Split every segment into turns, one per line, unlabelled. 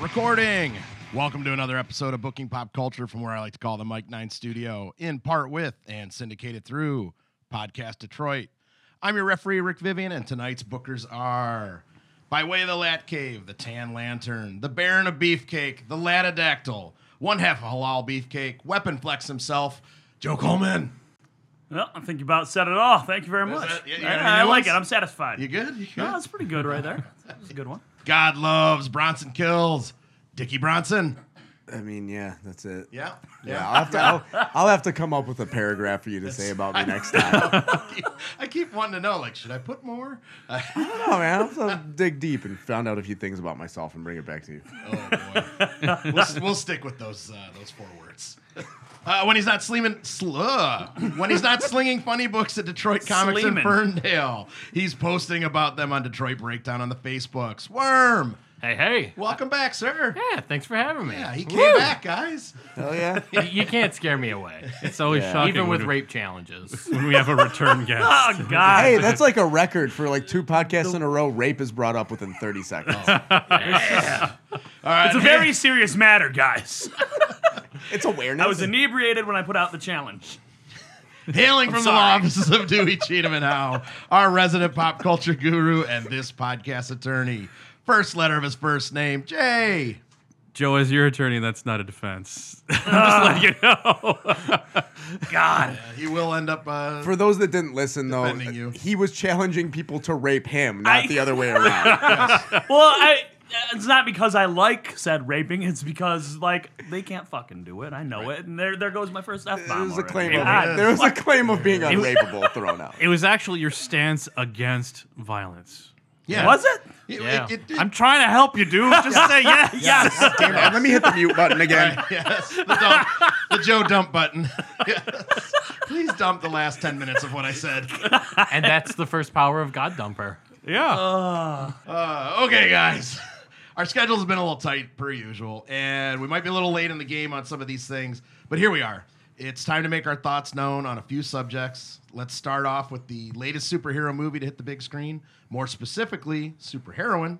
recording. Welcome to another episode of Booking Pop Culture from where I like to call the Mike Nine Studio, in part with and syndicated through Podcast Detroit. I'm your referee, Rick Vivian, and tonight's bookers are By Way of the Lat Cave, The Tan Lantern, The Baron of Beefcake, The Latodactyl, One Half of Halal Beefcake, Weapon Flex himself, Joe Coleman.
Well, I think you about said it all. Thank you very
Was
much.
that- yeah, you
Yeah,
got any
I
new
like
ones?
it. I'm satisfied.
You good? You good?
No, that's pretty good right there. That was a good one.
God loves Bronson kills Dickie Bronson.
I mean, yeah, that's it.
Yeah.
Yeah, I'll have to. I'll, I'll have to come up with a paragraph for you to say about me next time.
I keep wanting to know, like, should I put more?
oh man, I'll have to dig deep and found out a few things about myself and bring it back to you.
Oh boy, we'll, we'll stick with those uh, those four words. Uh, when he's not sleeming, sl- uh, when he's not slinging funny books at Detroit Comics in
Sleeman.
Ferndale, he's posting about them on Detroit Breakdown on the Facebooks. Worm,
Hey, hey.
welcome back, sir.
Yeah, thanks for having me.
Yeah, he came back, guys.
Hell yeah.
You- you can't scare me away. It's always
Yeah.
shocking. Even
when
with
we-
rape challenges.
when we have a return guest.
Oh God!
Hey, that's like a record for like two podcasts in a row. Rape is brought up within 30 seconds.
All right,
it's a very serious matter, guys.
It's awareness.
I was inebriated when I put out the challenge.
Hailing from the
sorry.
law offices of Dewey Cheatham and Howe, our resident pop culture guru and this podcast attorney. First letter of his first name, Jay.
Joe, as your attorney, that's not a defense. I'm just letting you know.
God,
He will end up. Uh,
for those that didn't listen, though,
Defending you.
he was challenging people to rape him, not
I-
the other way around.
well, I, it's not because I like said raping. It's because like they can't fucking do it. I know it, and there there goes my first f
There
bomb.
was a claim. Of,
God.
there was a claim of being unrapeable thrown out.
it was actually your stance against violence.
yeah.
Was it?
It-
Yeah.
it- it-
I'm trying to help you, dude. Just say yeah.
Yes.
Damn it, Let me hit the mute button again.
yes, the, dump, the Joe dump button. Yes. Please dump the last 10 minutes of what I said.
and that's the first power of God Dumper.
Yeah.
Uh, okay, guys. Our schedule's been a little tight, per usual, and we might be a little late in the game on some of these things, but here we are. It's time to make our thoughts known on a few subjects. Let's start off with the latest superhero movie to hit the big screen, more specifically, superheroine,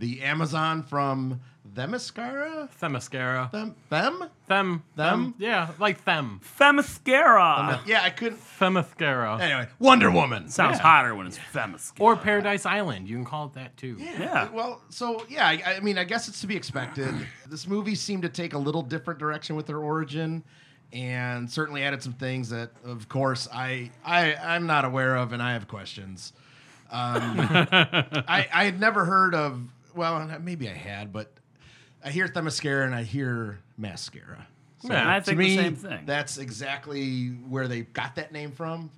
the Amazon from Themyscira?
Themascara.
Them? Them?
Them.
Them?
Yeah, like them.
Femascara.
yeah, I couldn't.
Themascara.
Anyway, Wonder Woman.
Sounds hotter when it's femascara.
Or Paradise Island. You can call it that too.
Yeah.
Well, so yeah, I, I mean, I guess it's to be expected. This movie seemed to take a little different direction with her origin, and certainly added some things that, of course, I I I'm not aware of, and I have questions. Um, I I had never heard of. Well, maybe I had, but I hear Themyscira and I hear mascara. So
And I
Yeah.
think the same thing.
That's exactly where they got that name from.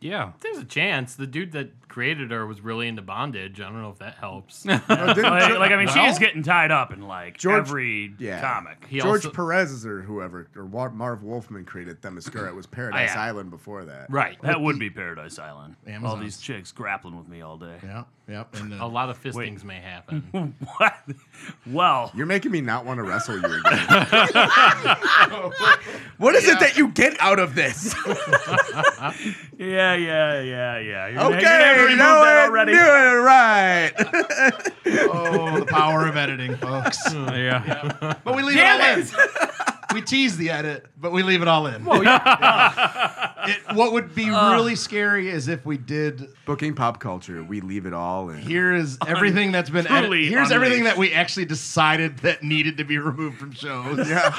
yeah.
There's a chance. The dude that created her was really into bondage. I don't know if that helps.
like, like, I mean, she
Well-
is getting tied up in like
George-
every
yeah.
comic.
He
George
also-
Perez or whoever, or Wa- Marv Wolfman created Themyscira. It was Paradise
yeah.
Island before that.
Right.
That would be Paradise Island. All
Amazons.
these chicks grappling with me all day.
Yeah, yeah. And
A
the,
lot of fistings may happen.
What? Well,
You're making me not want to wrestle you again. what is it that you get out of this?
yeah, yeah, yeah, yeah. You're gonna- you're gonna have to
okay,
remove
now
that
I
already.
knew it right.
oh, the power of editing, folks.
Yeah.
But we leave
Damn
it all in. we tease the edit, but we leave it all in. It- what would be really scary is if we did.
Booking pop culture, we leave it all in.
Here is everything that's been edit-
truly
Here's everything
unleashed.
that we actually decided that needed to be removed from shows.
Yeah.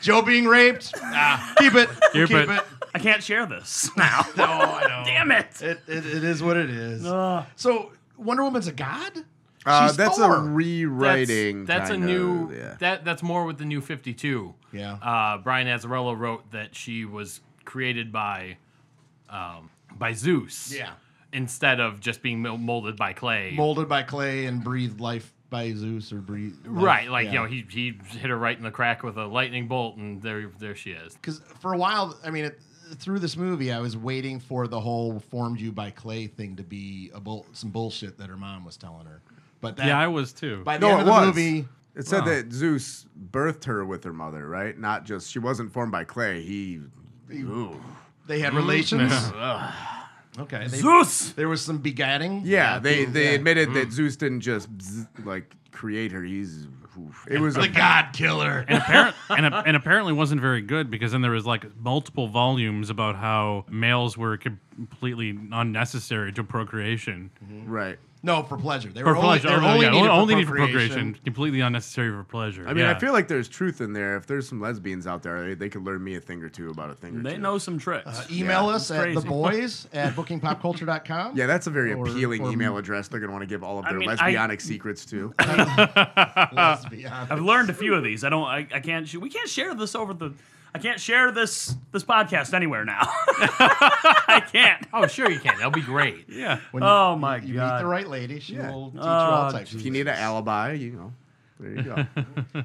Joe being raped. Nah, keep it.
Keep
keep
it.
it.
I can't share this now.
No, I know.
Damn it.
It, it. It is what it is.
Ugh.
So Wonder Woman's a god.
Uh,
She's
that's
Thor.
a rewriting.
That's, that's a
kind
new.
of, yeah.
That that's more with the new Fifty Two.
Yeah.
Uh, Brian Azzarello wrote that she was created by, um, by Zeus.
Yeah.
Instead of just being mol- molded by clay.
Molded by clay and breathed life by Zeus or breathed.
Right. Like
yeah.
you know, he he hit her right in the crack with a lightning bolt, and there there she is.
because for a while, I mean, it, through this movie, I was waiting for the whole "formed you by clay" thing to be a bull, some bullshit that her mom was telling her. But that,
Yeah, I was too.
by the
no,
end
it
of the
was.
movie,
It said that Zeus birthed her with her mother, right? Not just she wasn't formed by clay. He.
they had relations. Okay. They,
Zeus.
there was some begatting.
Yeah, they
being-
they
yeah. Mm.
admitted that Zeus didn't just bzz, like create her. He's oof. it was a
the God Killer.
And, apparent, and, a- and apparently wasn't very good because then there was like multiple volumes about how males were completely unnecessary to procreation.
right.
No, for pleasure. They were
For
only,
pleasure,
they were
oh,
only,
yeah,
needed
only
for
need for
procreation.
procreation, completely unnecessary for pleasure.
I mean,
yeah.
I feel like there's truth in there. If there's some lesbians out there, they, they could learn me a thing or two about a thing or
They
two.
know some tricks.
Email
Yeah,
us at
crazy.
the boys at bookingpopculture.com.
Yeah, that's a very
Or-
appealing
or-
email address. They're gonna want to give all of
I
their
mean, I-
lesbianic secrets to.
Let's be honest.
I've learned a few of these. I don't. I, I can't. sh- We can't share this over the. I can't share this this podcast anywhere now. I can't.
Oh, sure you can. That'll be great.
yeah.
When
Oh my
you meet
God.
the right lady, she
Yeah.
will teach you all
Oh,
types. of
if you need an alibi, you know, there you go.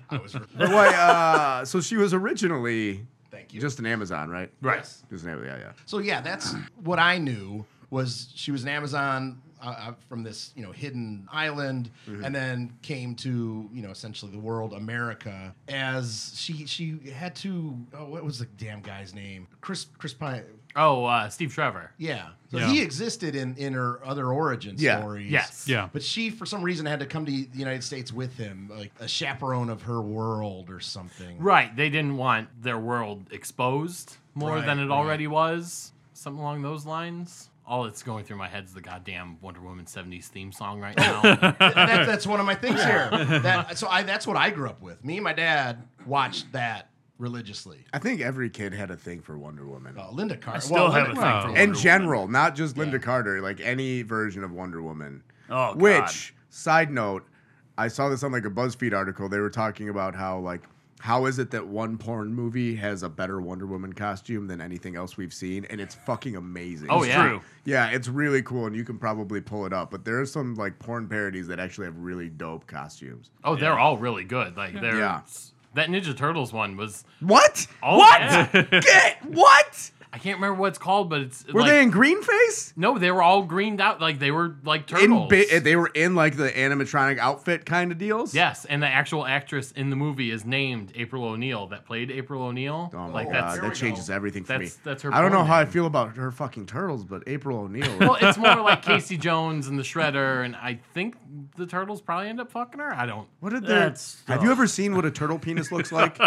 I was
But why? Uh, so she was originally
Thank you.
just an Amazon, right?
right.
Just an Amazon. Yeah, yeah.
So yeah, that's what I knew was she was an Amazon uh, uh, from this you know hidden island, and then came to you know essentially the world America as she she had to oh what was the damn guy's name Chris Chris Pine
Oh, uh, Steve Trevor.
yeah so
Yeah.
he existed in in her other origin
Yeah.
stories
Yes.
Yeah.
But she, for some reason, had to come to the United States with him, like a chaperone of her world or something.
Right. They didn't want their world exposed more
Right,
than it
right.
already was. Something along those lines. All that's going through my head's the goddamn Wonder Woman 70s theme song right now.
that, that's one of my things here. That, so I, that's what I grew up with. Me and my dad watched that religiously.
I think every kid had a thing for Wonder Woman.
Uh, Linda Carter.
I still
well,
have a
Linda-
thing
Wow.
for
In
Wonder
in
Woman.
general, not just Linda Carter, like any version of Wonder Woman.
Oh, God.
Which side note, I saw this on like a BuzzFeed article. They were talking about how like how is it that one porn movie has a better Wonder Woman costume than anything else we've seen, and it's fucking amazing.
oh, yeah.
true.
Yeah, it's really cool, and you can probably pull it up. But there are some like porn parodies that actually have really dope costumes.
Oh, they're all really good. Like, they're.
Yeah.
That Ninja Turtles one was.
What?
Oh,
what?
yeah.
Get- what?
I can't remember what it's called, but it's.
Were
like,
they in green face?
No, they were all greened out. Like, they were like
In
turtles.
bi- they were in like the animatronic outfit kind of deals.
Yes, and the actual actress in the movie is named April O'Neil that played April O'Neil.
Oh my
like
god,
that's
that changes everything for
that's-
me.
that's her
I don't know
porn
how I
name.
feel about her fucking turtles, but April O'Neil.
well, it's more like Casey Jones and the Shredder, and I think the turtles probably end up fucking her. I don't
what did their,
That's-
Have you ever seen what a turtle penis looks like?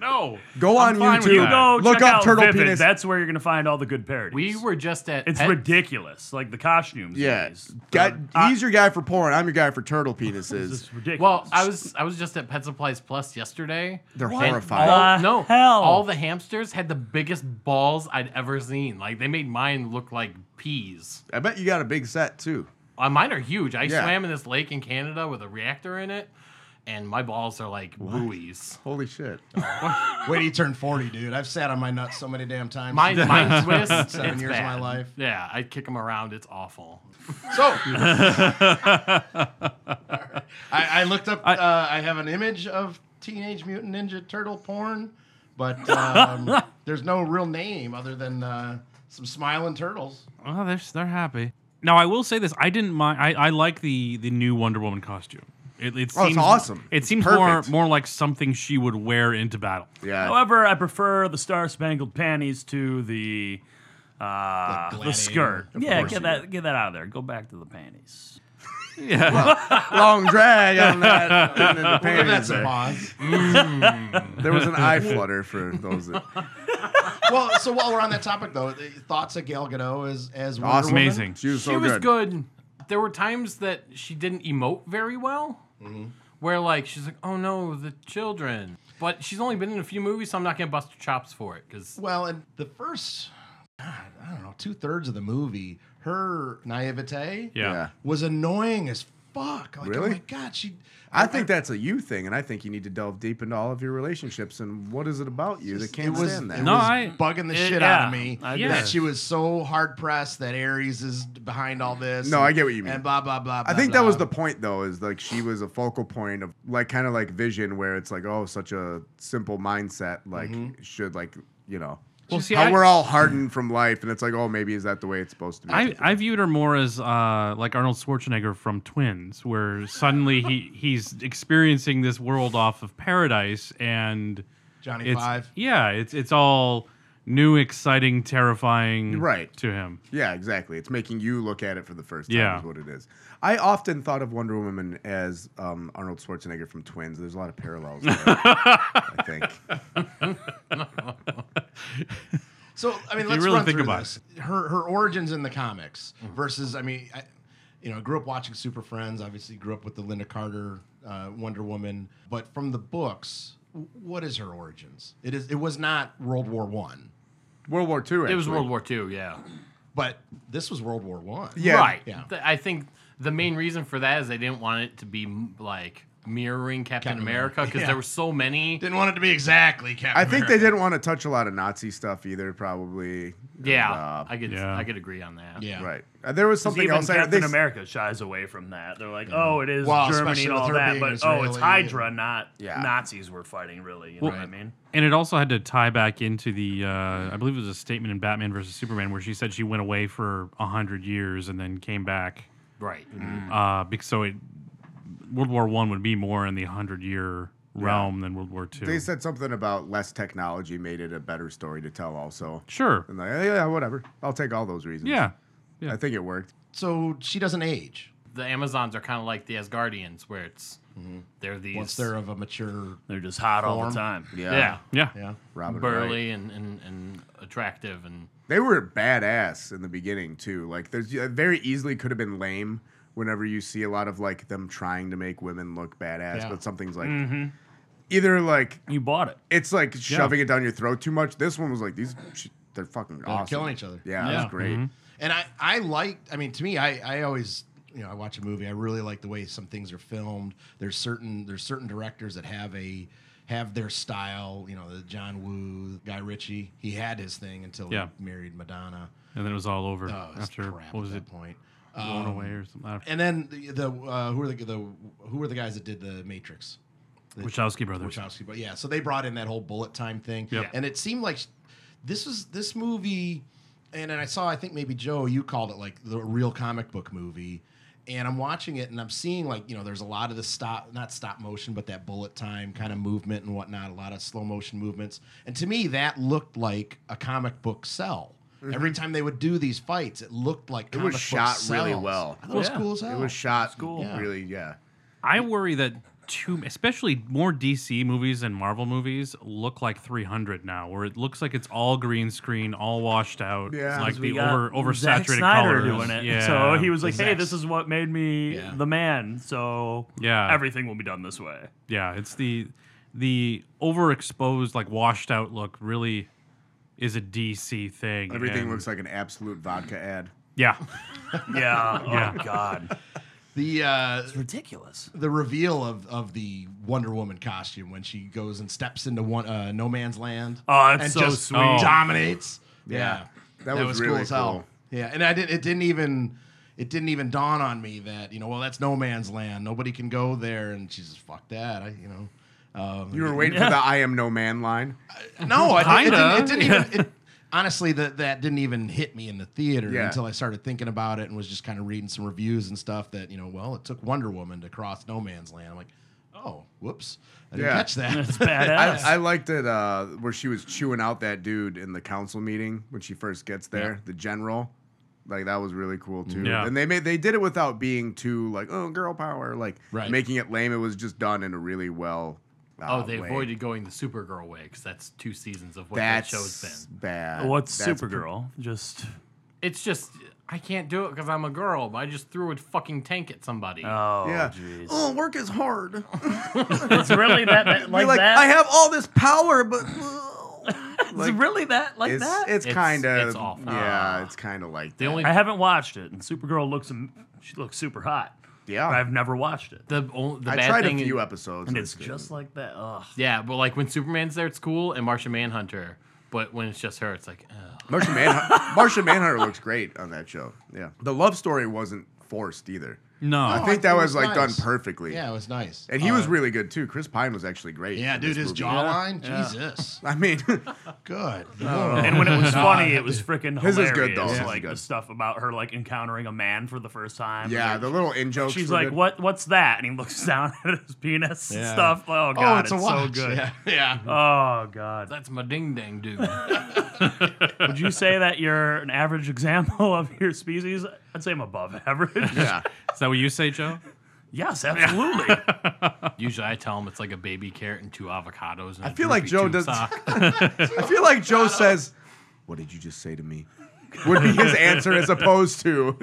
No.
Go on
fine with
YouTube.
you.
You go
Look
check
up
out
turtle
Vivid.
penis.
That's where you're gonna find all the good parodies.
We were just at
It's
Pet-
ridiculous. Like the costumes.
yeah,
It's
Guy- he's your guy for porn. I'm your guy for turtle penises.
ridiculous.
Well, I was I was just at Pet Supplies Plus yesterday.
They're
and
horrifying.
all-
The
no,
hell?
all the hamsters had the biggest balls I'd ever seen. Like they made mine look like peas.
I bet you got a big set too.
Uh, mine are huge. I
Yeah.
swam in this lake in Canada with a reactor in it, and my balls are like buoys.
Holy shit!
Wait, he turned 40, dude. I've sat on my nuts so many damn times.
Mine, mine twist.
Seven
it's
years of
bad.
my life.
Yeah, I kick them around. It's awful.
So I, I looked up. I, uh, I have an image of Teenage Mutant Ninja Turtle porn, but um, there's no real name other than uh, some smiling turtles.
Well, they're they're happy. Now I will say this: I didn't mind. I, I like the the new Wonder Woman costume. It, it seems
Oh, it's awesome.
It
It's
seems
perfect.
more more like something she would wear into battle.
Yeah,
However, I prefer the Star Spangled Panties to the uh,
The
the,
gladiator.
skirt.
Of
yeah,
course
get
you
that get that out of there. Go back to the panties.
Yeah,
long drag on that. And then the
Give that
panties
some
there.
pause.
There was an eye flutter for those. That,
well, so while we're on that topic, though, the thoughts of Gal Gadot as as Wonder
awesome,
Woman?
Oh, amazing.
She was so
she was
good.
good. There were times that she didn't emote very well, where like she's like, "Oh no, the children." But she's only been in a few movies, so I'm not gonna bust her chops for it because
Well, and the first, God, I don't know, two thirds of the movie, her naivete
yeah.
Yeah.
was annoying as fuck. Like,
Really?
Oh my god, she.
I think that's a you thing, and I think you need to delve deep into all of your relationships and what is it about you that
It
can't
was,
stand
it
that?
No,
was
I-
bugging the
It-
shit out
yeah,
of me
I
agree.
that she was so hard pressed that Aries is behind all this.
No,
and-
I get what you mean.
And blah blah blah.
I
blah,
think that was
blah.
the point though, is like she was a focal point of like kind of like vision where it's like, oh, such a simple mindset, like should like you know
Well, see,
how
I-
we're all hardened from life and it's like, oh, maybe is that the way it's supposed to be?
I, I viewed her more as uh, like Arnold Schwarzenegger from Twins, where suddenly he, he's experiencing this world off of paradise, and
Johnny
it's
Five.
yeah, it's it's all new, exciting, terrifying
Right.
to him.
Yeah, exactly. It's making you look at it for the first time.
Yeah.
is what it is. I often thought of Wonder Woman as um, Arnold Schwarzenegger from Twins. There's a lot of parallels. There, I think.
So I mean, let's
really
run
think
through
about
this. Her her origins in the comics
Mm-hmm.
versus I mean, I, you know, I grew up watching Super Friends. Obviously, grew up with the Linda Carter uh, Wonder Woman. But from the books, w- what is her origins? It is it was not World War One,
World War II.
It was
actually.
World War II, yeah.
but this was World War One.
Yeah.
Right.
Yeah.
Th- I think the main reason for that is they didn't want it to be m- like mirroring Captain,
Captain
America because
Yeah.
there were so many.
didn't want it to be exactly Captain.
I think they
America.
didn't want to touch a lot of Nazi stuff either. Probably.
Yeah,
Uh,
I could
yeah.
I could agree on that.
Yeah.
Right. Uh, there was
'Cause
something
even
else. I-
Captain
they-
America shies away from that. They're like, oh, it is
Well,
Germany
especially
and
with
all
her being
that, but oh,
Israeli
it's
and-
Hydra, not
Yeah.
Nazis were fighting, really. You know what I mean?
And it also had to tie back into the, uh, I believe it was a statement in Batman versus Superman where she said she went away for a hundred years and then came back.
Right.
Mm-hmm.
Mm-hmm.
Uh, because so it, World War One would be more in the hundred year realm than World War Two.
They said something about less technology made it a better story to tell. Also.
sure.
And like, "Eh, yeah, whatever. I'll take all those reasons.
Yeah.
I think it worked.
So she doesn't age
The Amazons are kind of like the Asgardians, where it's they're these
once they're of a mature.
They're just hot all
Form.
the time.
yeah,
Yeah.
Yeah.
Robin Wright.
burly and, and and attractive and
They were badass in the beginning too. Like there's uh, very easily could have been lame whenever you see a lot of like them trying to make women look badass,
Yeah.
but something's like either like
You bought it.
it's like shoving it down your throat too much. This one was like these sh- they're fucking awesome.
killing each other.
Yeah, that's
Yeah.
great.
And I, I like, I mean, to me, I, I always, you know, I watch a movie. I really like the way some things are filmed. There's certain, there's certain directors that have a, have their style. You know, the John Woo, Guy Ritchie. He had his thing until
Yeah.
he married Madonna.
And then it was all over
Oh, it's
after
crap
what was
at
it?
that point.
Blown
Um,
away or something. I don't-
And then the, the uh, who are the, the who are the guys that did the Matrix? The-
Wachowski brothers.
Wachowski, but yeah, so they brought in that whole bullet time thing,
Yep.
and it seemed like this was this movie, and, and I saw I think maybe Joe you called it like the real comic book movie, and I'm watching it and I'm seeing like you know there's a lot of the stop not stop motion but that bullet time kind of movement and whatnot, a lot of slow motion movements, and to me that looked like a comic book cell. Every time they would do these fights, it looked like
Mm-hmm. It was
comic book
shot really
cells.
well.
I thought it was
Yeah.
cool as hell.
It was shot
cool.
Yeah.
really, yeah.
I worry that too, especially more DC movies and Marvel movies look like 300 now, where it looks like it's all green screen, all washed out,
Yeah.
like
Because
the
We got
over
Zack
oversaturated
Snyder
colors.
doing it.
Yeah.
So he was like,
The
"Hey,
Zacks.
this is what made me
Yeah.
the man." So
Yeah.
everything will be done this way.
yeah, it's the the overexposed, like washed out look really is a DC thing.
Everything
and-
looks like an absolute vodka ad.
yeah,
Yeah.
Yeah.
Oh God.
The uh,
Ridiculous.
the reveal of, of the Wonder Woman costume when she goes and steps into one uh, no man's land.
Oh, it's
and
so
just
sweet.
Oh.
Dominates. Yeah,
That was really cool.
Yeah, and I didn't. It didn't even. It didn't even dawn on me that you know. Well, that's no man's land. Nobody can go there. And she's just fuck that. I you know. Um,
You were waiting for the I am no man line.
no, I didn't,
Kinda.
it didn't, it didn't even. It, honestly, that that didn't even hit me in the theater
Yeah.
until I started thinking about it and was just kind of reading some reviews and stuff that you know. Well, it took Wonder Woman to cross no man's land. I'm like, oh, whoops, I didn't
Yeah.
catch that.
It's badass.
I, I liked it uh, where she was chewing out that dude in the council meeting when she first gets there, the general. Like that was really cool too.
Yeah.
And they made they did it without being too like oh girl power like
Right.
making it lame. It was just done in a really well. Uh,
oh they
way.
avoided going the Supergirl way because that's two seasons of what
That's
that show's been.
bad.
What's
That's
Supergirl? Just
It's just I can't do it because I'm a girl. But I just threw a fucking tank at somebody.
oh,
Yeah.
jeez.
Oh, work is hard.
It's really that, that like,
You're like
that.
I have all this power, but
it's
like-
really that like
it's
that.
it's
It's-
kind of
it's awful.
yeah, it's kind of like
the
that.
only
I haven't watched it, and Supergirl looks am- she looks super hot.
yeah.
But I've never watched it,
the only the
I
bad
tried a
thing
few
is-
episodes
and it's just like that. Ugh.
yeah, but like when Superman's there, it's cool, and Martian Manhunter. But when it's just her, it's like oh.
Martian Manhunter, Martian Manhunter looks great on that show. Yeah, the love story wasn't forced either.
No.
I
No,
think that
it
was,
was
like
nice.
done perfectly.
Yeah, it was nice.
And he was really good too. Chris Pine was actually great.
yeah,
in
dude,
this
his
movie.
jawline,
Yeah.
Jesus,
I mean,
good.
Oh,
And when it was funny, it was freaking
His
hilarious.
is good, though. His is
Like
good.
the stuff about her like encountering a man for the first time.
yeah, the little in jokes.
She's
were
like,
good.
"What? What's that?" And he looks down at his penis and
Yeah.
stuff. Oh god,
oh,
it's,
it's, a watch.
so good.
Yeah, yeah.
Oh god.
That's my ding dang dude.
Would you say that you're an average example of your species? I'd say I'm above average.
Yeah,
Is that what you say, Joe?
Yes, absolutely.
Usually I tell him it's like a baby carrot and two avocados. And I
feel like Joe does- I feel like Joe says, "What did you just say to me?" Would be his answer as opposed to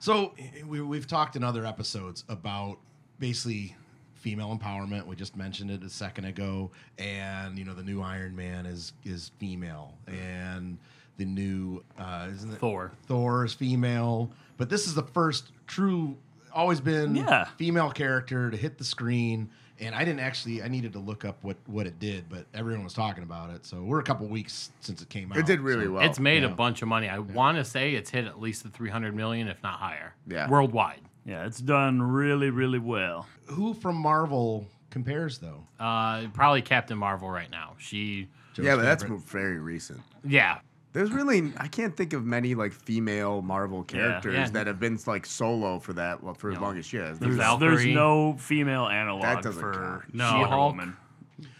So we, we've talked in other episodes about basically female empowerment. We just mentioned it a second ago, and you know the new Iron Man is is female, and the new uh, isn't it
Thor.
Thor is female, but this is the first true, always been
Yeah.
female character to hit the screen. And I didn't actually, I needed to look up what what it did, but everyone was talking about it. So we're a couple weeks since it came out.
it did really
so-
well.
It's made
yeah.
a bunch of money. I want to say it's hit at least the 300 million, if not higher.
Yeah.
Worldwide.
yeah, it's done really, really well.
Who from Marvel compares though?
Uh, probably Captain Marvel right now. She,
Joe's
yeah, but that's
favorite.
very recent.
yeah,
There's really I can't think of many like female Marvel characters
yeah.
that have been like solo for that well, for as long as she has. There's-
There's, there's
Valkyrie.
no female analog
That doesn't
for
count.
No.
She-Hulk.
Hulk.
Woman.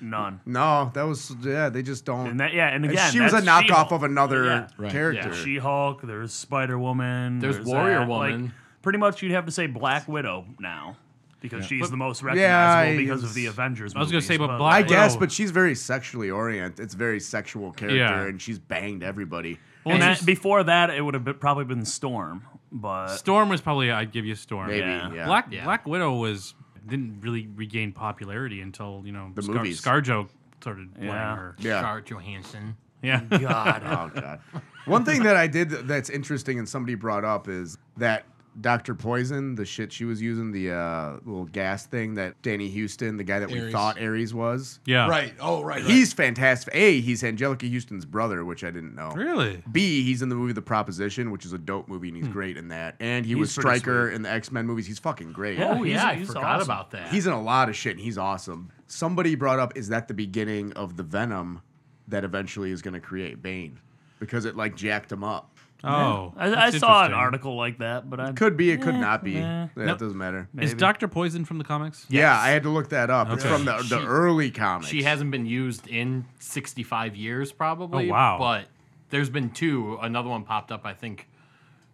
None.
no, that was yeah. They just don't.
And that, yeah, and
and
again,
she was a
that's
knockoff
She-Hulk.
of another
Yeah.
Right.
character.
Yeah.
She Hulk. There's Spider Woman.
There's Warrior Woman.
pretty much, you'd have to say Black Widow now because she's the most recognizable
I-
because of the Avengers.
I was gonna
movies,
say, but
but
Black-
I
like,
Widow-
guess, but she's very sexually oriented. It's a very sexual character,
Yeah.
and she's banged everybody.
Well,
and
and
that- before that, it would have been, probably been Storm, but
Storm was probably I'd give you Storm.
Maybe
Uh, Yeah.
yeah.
Black
Yeah.
Black Widow was didn't really regain popularity until you know
The
Scar-
movies.
ScarJo started playing
Yeah.
her.
Yeah.
Scarlett Johansson.
Yeah.
God,
Oh god. One thing that I did that's interesting and somebody brought up is that Dr. Poison, the shit she was using, the uh, little gas thing that Danny Houston, the guy that we
Ares.
thought Ares was.
yeah.
Right. Oh, right. right.
He's fantastic. A, he's Angelica Houston's brother, which I didn't know.
Really?
B, he's in the movie The Proposition, which is a dope movie, and he's great in that. And he was
Hmm. He's pretty
Stryker in the X Men movies. He's fucking great.
Yeah,
Oh,
he's-
yeah, I
he's
forgot
awesome.
about that.
He's in a lot of shit, and he's awesome. Somebody brought up, is that the beginning of the Venom that eventually is going to create Bane? Because it like jacked him up.
Oh.
I, I
that's
saw an
interesting.
article like that, but I
Could be, it could not be.
nah.
Yeah, It doesn't matter.
Is Doctor Poison from the comics?
Yeah, I had to look that up. It's
Okay.
from the, the
She-
early comics.
She hasn't been used in 65 years, probably.
Oh, wow.
But there's been two. Another one popped up, I think,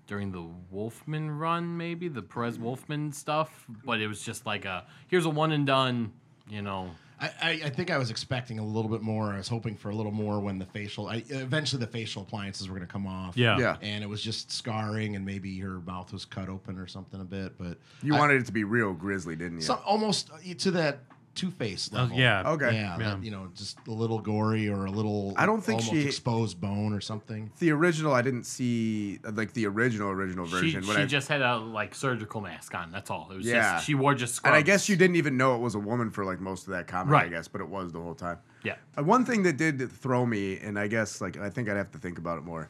during the Wolfman run, maybe the Perez Wolfman stuff. But it was just like a here's a one and done. You know,
I, I, I think I was expecting a little bit more. I was hoping for a little more when the facial. I, eventually, the facial appliances were going to come off.
Yeah.
Yeah.
And it was just scarring, and maybe her mouth was cut open or something a bit. But
You
I-
wanted it to be real grisly, didn't you?
some, almost uh, to that Two Face
Oh,
level.
yeah.
okay.
Yeah, that, you know, just a little gory or a little.
I don't think
almost
she-
exposed bone or something.
The original, I didn't see like the original original
she,
version.
she
but I,
just had a like surgical mask on. That's all. It was
Yeah.
just she wore just.
and
Scrubs.
I guess you didn't even know it was a woman for like most of that comic. I
Right.
guess, but it was the whole time.
Yeah.
Uh, One thing that did throw me, and I guess like I think I'd have to think about it more,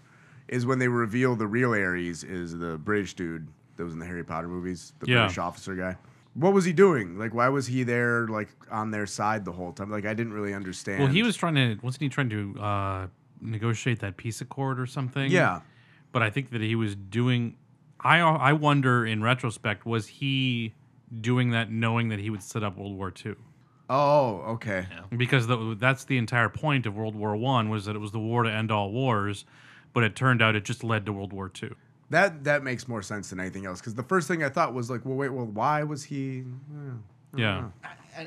is when they reveal the real Ares is the British dude that was in the Harry Potter movies, the
Yeah.
British officer guy. What was he doing? Like, why was he there, like on their side the whole time? Like, I didn't really understand.
Well, he was trying to wasn't he trying to uh, negotiate that peace accord or something?
Yeah.
But I think that he was doing. I I wonder in retrospect was he doing that knowing that he would set up World War II?
Oh, okay.
Because the, that's the entire point of World War One was that it was the war to end all wars, but it turned out it just led to World War II.
That that makes more sense than anything else. Because the first thing I thought was like, well, wait, well, why was he?
Yeah.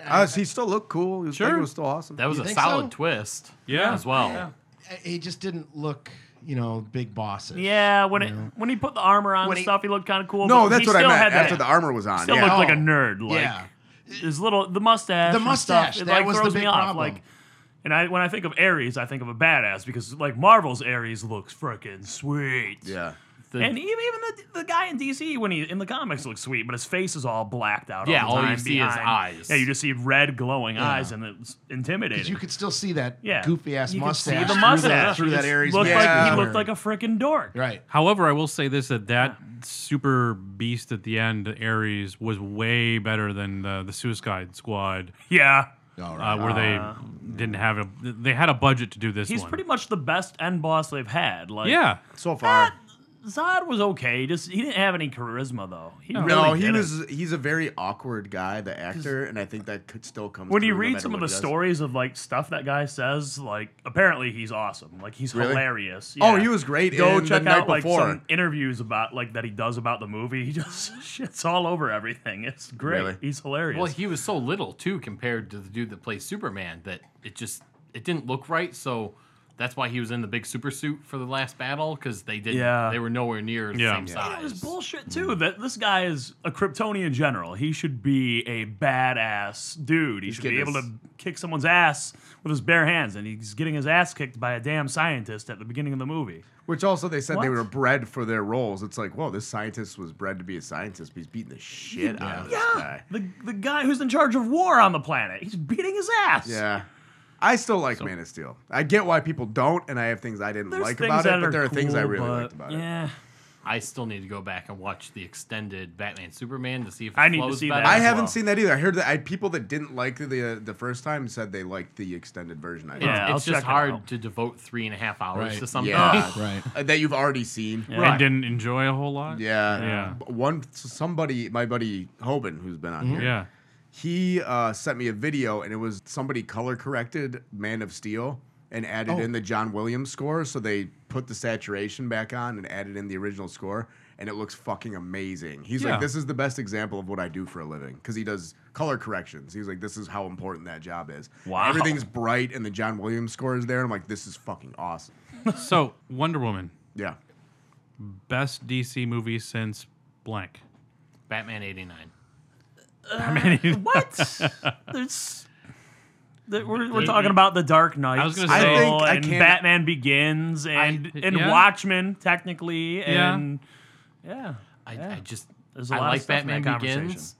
Uh, he still looked cool. His sure.
Sure.
was still awesome.
that was
You
a
think so?
solid twist.
Yeah.
as well.
I- He just didn't look, you know, big bosses.
yeah, when it when he put the armor on
When
and
he-
stuff, he looked kind of cool.
no,
but
that's
he
what I
still
meant.
had that-
After the armor was on,
still
yeah.
looked like a
Oh,
nerd. Like
yeah.
his little the mustache.
The
and
mustache,
Stuff, it,
that
like,
was the
throws
big
me off.
problem.
Like, and I when I think of Ares, I think of a badass because like Marvel's Ares looks freaking sweet.
yeah.
The-
And even, even the, the guy in DC when he in the comics looks sweet, but his face is all blacked out.
Yeah,
all, the
all you
time
see is
behind.
eyes.
Yeah, you just see red glowing eyes, and it's intimidating.
You could still see that
yeah,
goofy ass
You could see
mustache.
the mustache
through that, through that Ares.
Looked
mask.
like,
Yeah.
he looked like a freaking dork.
Right.
However, I will say this that that
Mm-hmm.
super beast at the end, Ares, was way better than the, the Suicide Squad,
Yeah.
All
uh,
right.
where they didn't have a. They had a budget to do this.
He's
one.
pretty much the best end boss they've had. Like
Yeah,
so far.
Zod was okay. Just he didn't have any charisma though. He really
no, he
didn't.
was he's a very awkward guy, the actor, and I think that could still come.
When you
through no
read
matter
some of the
what he does.
stories of like stuff that guy says, like apparently he's awesome. Like he's
Really?
hilarious.
Oh,
Yeah.
he was great
Go
in The
check
Night
out like
Before.
some interviews about like that he does about the movie. He just shits all over everything. It's great.
Really?
He's hilarious.
Well, he was so little too compared to the dude that plays Superman that it just it didn't look right. So that's why he was in the big super suit for the last battle because they didn't.
Yeah.
They were nowhere near the
Yeah.
same
And it was
size.
bullshit
mm.
too. That this guy is a Kryptonian general. He should be a badass dude. He should be
getting
able
his-
to kick someone's ass with his bare hands, and he's getting his ass kicked by a damn scientist at the beginning of the movie.
Which also they said they
What?
were bred for their roles. It's like, whoa, this scientist was bred to be a scientist, but he's beating the shit out of this guy.
The the guy who's in charge of war on the planet. He's beating his ass.
Yeah. I still like Man of Steel. I get why people don't, and I have things I didn't
There's
like
things
about
that
it, but there are things I
cool,
really
but
liked about it.
Yeah.
I still need to go back and watch the extended Batman Superman to see if it
I need to
flows
see
better.
that
I
as
haven't
well.
seen that either. I heard that I, people that didn't like the the first time said they liked the extended version. I
It's,
Yeah, I'll
it's just
check it
hard
out.
to devote three and a half hours
Right.
to something.
Yeah.
Right.
Uh, that you've already seen.
Yeah.
and didn't enjoy a whole lot.
Yeah.
Yeah.
B- One somebody, my buddy Hoban, who's been
Mm-hmm.
on here,
yeah.
he uh, sent me a video, and it was somebody color corrected Man of Steel and added
Oh.
in the John Williams score. So they put the saturation back on and added in the original score, and it looks fucking amazing. He's
Yeah.
like, this is the best example of what I do for a living because he does color corrections. He's like, this is how important that job is.
Wow.
Everything's bright, and the John Williams score is there. And I'm like, this is fucking awesome.
So Wonder Woman,
Yeah.
best DC movie since blank.
Batman '89.
What? There's. that We're, we're talking about the Dark Knight.
I was gonna
still,
say- I
think I
and
can't-
Batman Begins and and
yeah.
Watchmen technically
Yeah.
and yeah.
I, I just
There's a
I
lot of
like
stuff in that
Batman
conversation.
Begins,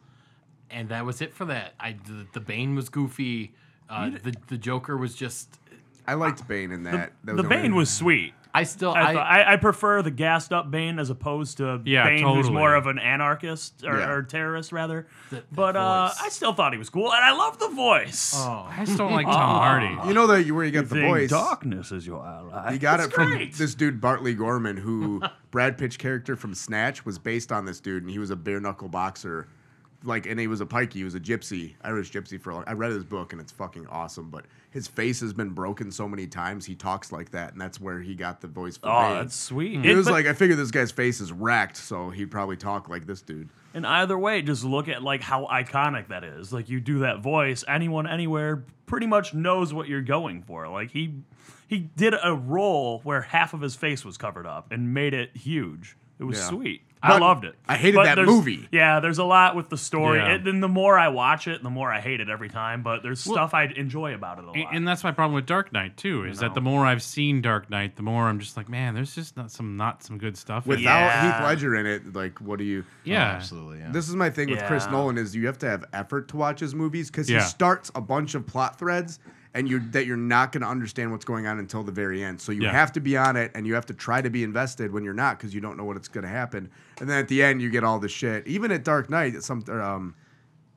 and that was it for that. I the, the Bane was goofy. Uh, the the Joker was just.
I liked Bane in that. That
the
the
Bane
only-
was sweet.
I still
I,
I,
thought- I, I prefer the gassed up Bane as opposed to
Yeah,
Bane, who's
totally.
more of an anarchist or,
Yeah.
or terrorist rather.
The- the
but uh,
voice.
I still thought he was cool, and I love the voice.
oh,
I just don't like Tom Hardy.
You know that you where you got the
Think
voice.
darkness is your ally.
You got
It's
it from
great.
this dude Bartley Gorman, who Brad Pitt's character from Snatch was based on this dude, and he was a bare knuckle boxer, like, and he was a pike. He was a gypsy, Irish gypsy for. a long I read his book, and it's fucking awesome. But his face has been broken so many times, he talks like that, and that's where he got the voice for
Oh,
Bane.
that's sweet.
It was
but-
like I figured this guy's face is racked, so he'd probably talk like this dude.
And either way, just look at like how iconic that is. Like you do that voice, anyone anywhere pretty much knows what you're going for. Like he he did a role where half of his face was covered up and made it huge. It was
Yeah.
sweet. I
But
loved it.
I hated that
there's-
movie.
Yeah, there's a lot with the story.
Yeah.
And then the more I watch it, the more I hate it every time. But there's stuff I enjoy about it a lot.
And- And that's my problem with Dark Knight too. Is that the more I've seen Dark Knight, the more I'm just like, man, there's just not some not some good stuff. in
Without
it."
Yeah.
Heath Ledger in it, like, what do you?
yeah,
Oh, absolutely. Yeah.
This is my thing with Chris
Yeah.
Nolan is you have to have effort to watch his movies because
Yeah.
he starts a bunch of plot threads and you that you're not going to understand what's going on until the very end. So you
Yeah.
have to be on it and you have to try to be invested when you're not because you don't know what it's going to happen. And then at the end you get all the shit. Even at Dark Knight, it's some or, um,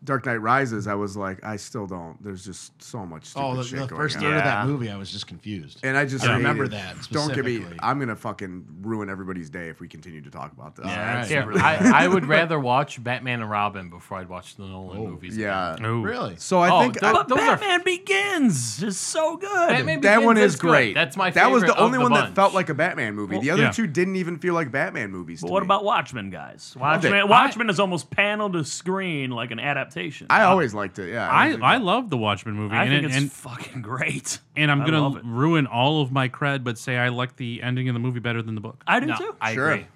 Dark Knight Rises, I was like, I still don't. There's just so much stupid
Oh, the,
shit
the
going
first
on.
third of that
Yeah.
movie, I was just confused.
And I just
I
hate
remember
it.
that
Don't get me.
specifically.
I'm gonna fucking ruin everybody's day if we continue to talk about this.
Yeah. Alright.
yeah, I, I would rather watch Batman and Robin before I'd watch the Nolan movies.
Yeah.
Oh.
Really?
So I
Oh,
think I-
don't-
but
those are-
Batman Begins is so good.
Batman
that
Begins
one is
good.
great.
That's my
That was
favorite
the only
of
one
bunch.
that felt like a Batman movie. the other
yeah.
two didn't even feel like Batman movies.
But
to
what
me.
about Watchmen, guys?
it.
Watchmen, Watchmen is almost panel to screen like an adaptation.
I always liked it. Yeah,
I,
was like-
I love the Watchmen movie,
I
and,
think
it-
it's
and,
fucking great.
and I'm
I love
gonna
it.
ruin all of my cred, but say I like the ending of the movie better than the book.
I do
No,
too.
I
Sure.
agree.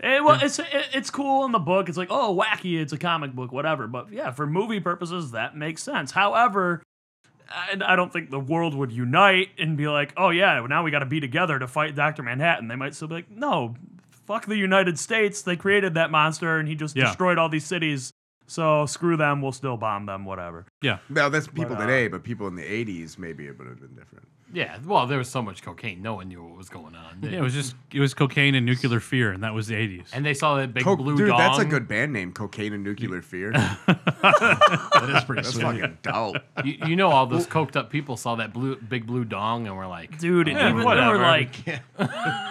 Eh, well, it's it, it's cool in the book. It's like oh wacky, it's a comic book, whatever. But yeah, for movie purposes, that makes sense. However, I, I don't think the world would unite and be like, oh yeah, well, now we got to be together to fight Doctor Manhattan. They might still be like, no, fuck the United States. They created that monster and he just
Yeah.
destroyed all these cities. So screw them. We'll still bomb them. Whatever.
Yeah.
Now that's people
uh,
today, but people in the '80s maybe it would have been different.
Yeah, well, there was so much cocaine, no one knew what was going on.
Yeah, it was just it was cocaine and nuclear fear, and that was the eighties.
and they saw that big
Coke,
blue
dude,
dong.
that's a good band name. Cocaine and Nuclear Fear.
That is pretty
That's
sweet.
fucking dope.
You, you know, all those coked up people saw that blue, big blue dong, and were like,
Dude, and
Yeah,
even there
whatever.
were like,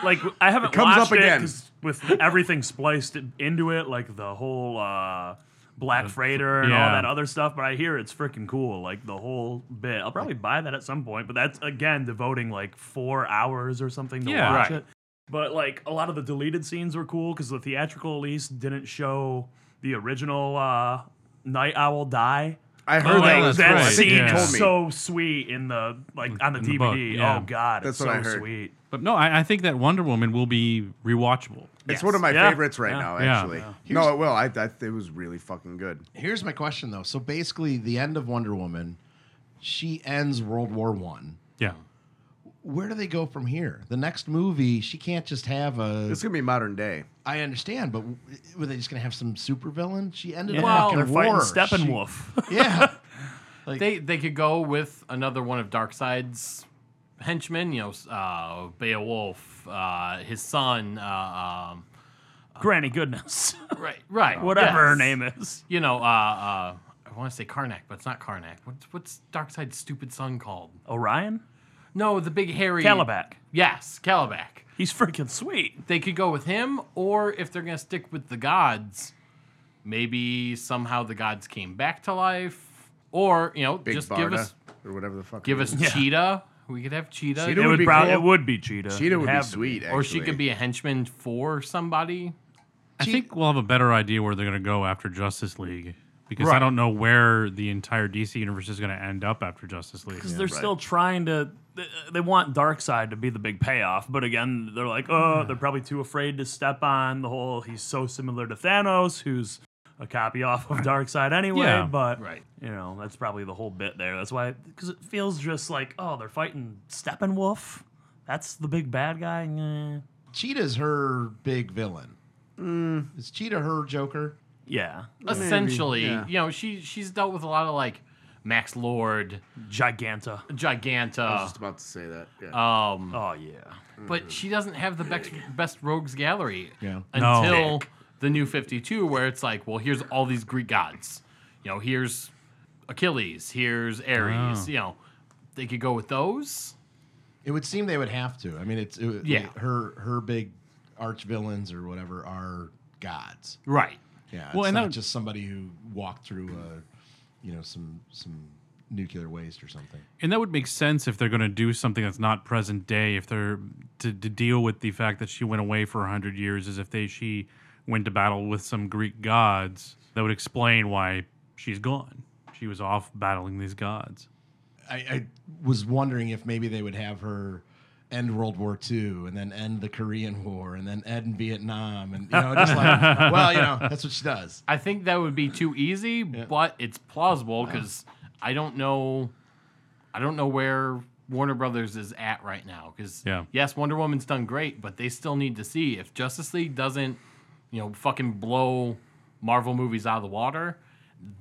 like I haven't
comes
watched
up
it
again.
'cause with everything spliced into it, like the whole uh, Black Freighter and all
yeah.
that other stuff. But I hear it's freaking cool, like the whole bit. I'll probably buy that at some point. But that's again devoting like four hours or something to
Yeah.
watch
Right.
it. But like a lot of the deleted scenes were cool because the theatrical release didn't show the original uh, Night Owl die.
I
Oh,
heard that.
Like,
that's
that
right.
scene
Yeah.
is
Told me.
so sweet in the like on the
In the
DVD.
book, yeah.
Oh god,
That's
it's
what
so
I heard.
sweet.
but no, I, I think that Wonder Woman will be rewatchable.
It's one of my
Yeah.
favorites right
Yeah.
now,
Yeah.
actually.
Yeah.
No, it will. I, I, it was really fucking good.
Here's my question though. So basically, the end of Wonder Woman, she ends World War One.
Yeah.
Where do they go from here? The next movie, she can't just have a.
It's gonna be modern day.
I understand, but w- were they just gonna have some supervillain? She ended the
Well,
fucking
They're fighting
war.
Steppenwolf.
She- yeah,
they they could go with another one of Darkseid's henchmen, you know, s- uh, Beowulf, uh, his son, uh, um,
Granny Goodness.
right, right,
Whatever her
yes.
name is.
You know, uh, uh, I want to say Karnak, but it's not Karnak. What's what's Darkseid's stupid son called?
Orion?
No, the big hairy
Calabac.
Yes, Calabac.
He's freaking sweet.
They could go with him, or if they're gonna stick with the gods, maybe somehow the gods came back to life, or you know,
Big
just
Barda
give us
or whatever the fuck.
give
it
us
is.
Yeah.
Cheetah. We could have Cheetah.
Cheetah
It,
would
would
be
prob-
cool.
it would be Cheetah.
Cheetah
It'd
would be
have to
sweet, actually.
Or she could be a henchman for somebody.
I think we'll have a better idea where they're going to go after Justice League because
Right.
I don't know where the entire DC universe is going to end up after Justice League.
Because they're still trying to. th- They want Darkseid to be the big payoff, but again, they're like, oh, they're probably too afraid to step on the whole. He's so similar to Thanos, who's a copy off of Darkseid anyway.
Yeah,
but
right.
you know, that's probably the whole bit there. That's why, because it feels just like, oh, they're fighting Steppenwolf. That's the big bad guy. Nah.
Cheetah's her big villain.
Mm.
Is Cheetah her Joker?
Yeah,
Essentially,
yeah.
you know, she she's dealt with a lot of like Max Lord,
Giganta.
I was
Giganta.
just about to say that. Yeah.
Um,
Oh yeah.
but she doesn't have the best best rogues gallery
Yeah.
No.
until the new 52 where it's like, well, here's all these Greek gods. You know, here's Achilles, here's Ares, you know. They could go with those.
It would seem they would have to. I mean, it's it,
Yeah.
Her her big arch villains or whatever are gods.
Right.
Yeah,
Well,
it's
and
not
that-
just somebody who walked through a, you know, some some nuclear waste or something.
And that would make sense if they're going to do something that's not present day. If they're to, to deal with the fact that she went away for hundred years, as if they she went to battle with some Greek gods, that would explain why she's gone. She was off battling these gods.
I, I was wondering if maybe they would have her end World War II and then end the Korean War and then end Vietnam and you know just like well you know that's what she does.
I think that would be too easy, but it's plausible because I don't know, I don't know where Warner Brothers is at right now. Because
Yeah.
yes, Wonder Woman's done great, but they still need to see if Justice League doesn't, you know, fucking blow Marvel movies out of the water.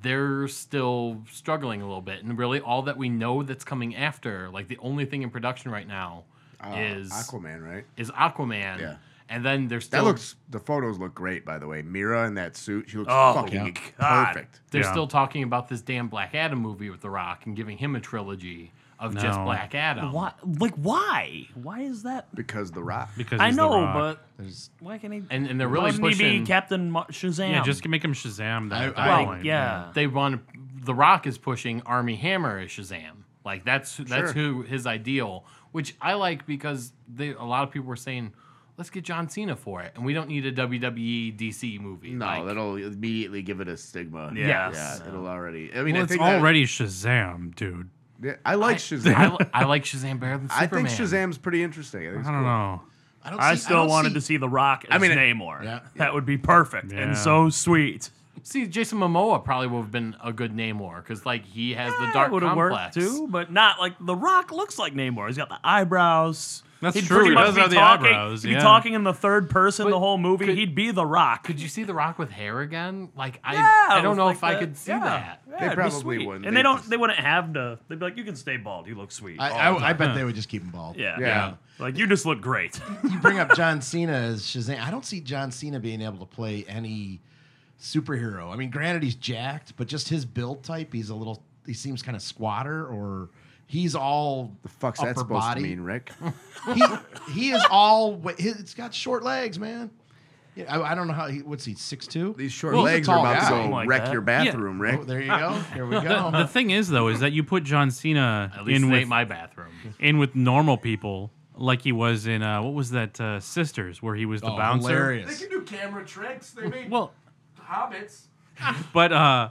They're still struggling a little bit, and really, all that we know that's coming after, like the only thing in production right now,
Uh,
is
Aquaman, right?
is Aquaman.
Yeah.
And then they're still
That looks. The photos look great, by the way. Mira in that suit, she looks
Oh,
fucking
God.
perfect.
They're
Yeah.
still talking about this damn Black Adam movie with The Rock and giving him a trilogy of just
No.
Black Adam.
Why? Like why? Why is that?
Because the Rock.
Because
I
he's The
know,
Rock.
but
There's
why can't he?
And, and they're
Why
really
doesn't he
pushing.
be Captain Mar- Shazam?
yeah, just make him Shazam. That,
I-
at that
I-
like,
point.
yeah.
they want The Rock is pushing Army Hammer as Shazam. Like that's that's
Sure.
who his ideal, which I like because they, a lot of people were saying, let's get John Cena for it, and we don't need a WWE DC movie.
No,
Like,
that'll immediately give it a stigma.
Yes.
Yeah, it'll already. I mean,
Well,
I
it's
think
already Shazam, dude.
That, I like
I,
Shazam.
li- I like Shazam better than
I
Superman.
think Shazam's pretty interesting. I, think it's
I don't
cool.
know.
I don't.
I
see-
still
don't
wanted to see The Rock as
mean, it-
Namor.
Yeah.
That would be perfect
Yeah.
and so sweet.
See, Jason Momoa probably would have been a good Namor because, like, he has the
That
dark
would have worked
complex.
too, but not like The Rock looks like Namor. He's got the eyebrows.
That's
He'd
true,
pretty
he
much
does
be
have the
talking-
eyebrows,
He'd
yeah.
be talking in the third person the whole movie.
could-
He'd be The Rock.
Could you see The Rock with hair again? Like, I,
Yeah,
I don't know
like
if I
that.
could see
Yeah.
that.
Yeah,
They
it'd be
probably
sweet.
wouldn't.
and
They
they don't.
just-
They wouldn't have to. They'd be like, "You can stay bald. You look sweet."
I,
Oh,
I, I bet they would just keep him bald.
yeah,
Yeah.
Like you just look great.
You bring up John Cena as Shazam. I don't see John Cena being able to play any superhero. I mean, granted, he's jacked, but just his build type, he's a little. He seems kind of squatter, or he's all
The fuck's that
upper
supposed
body.
to mean, Rick?
He, he is all. wa- he- It's got short legs, man. Yeah, I, I don't know how. He, what's he? Six two.
These short
Well, he's a
legs are
tall
about
guy.
to go
Something like
wreck
that.
your
Yeah.
bathroom, Rick.
Oh, there you go. Here we go.
The thing is, though, is that you put John Cena
At least
in
in
with,
ain't my bathroom.
in with normal people, like he was in uh, what was that uh, Sisters, where he was the
Oh,
bouncer.
hilarious.
do camera tricks. They made
Well,
hobbits.
but uh,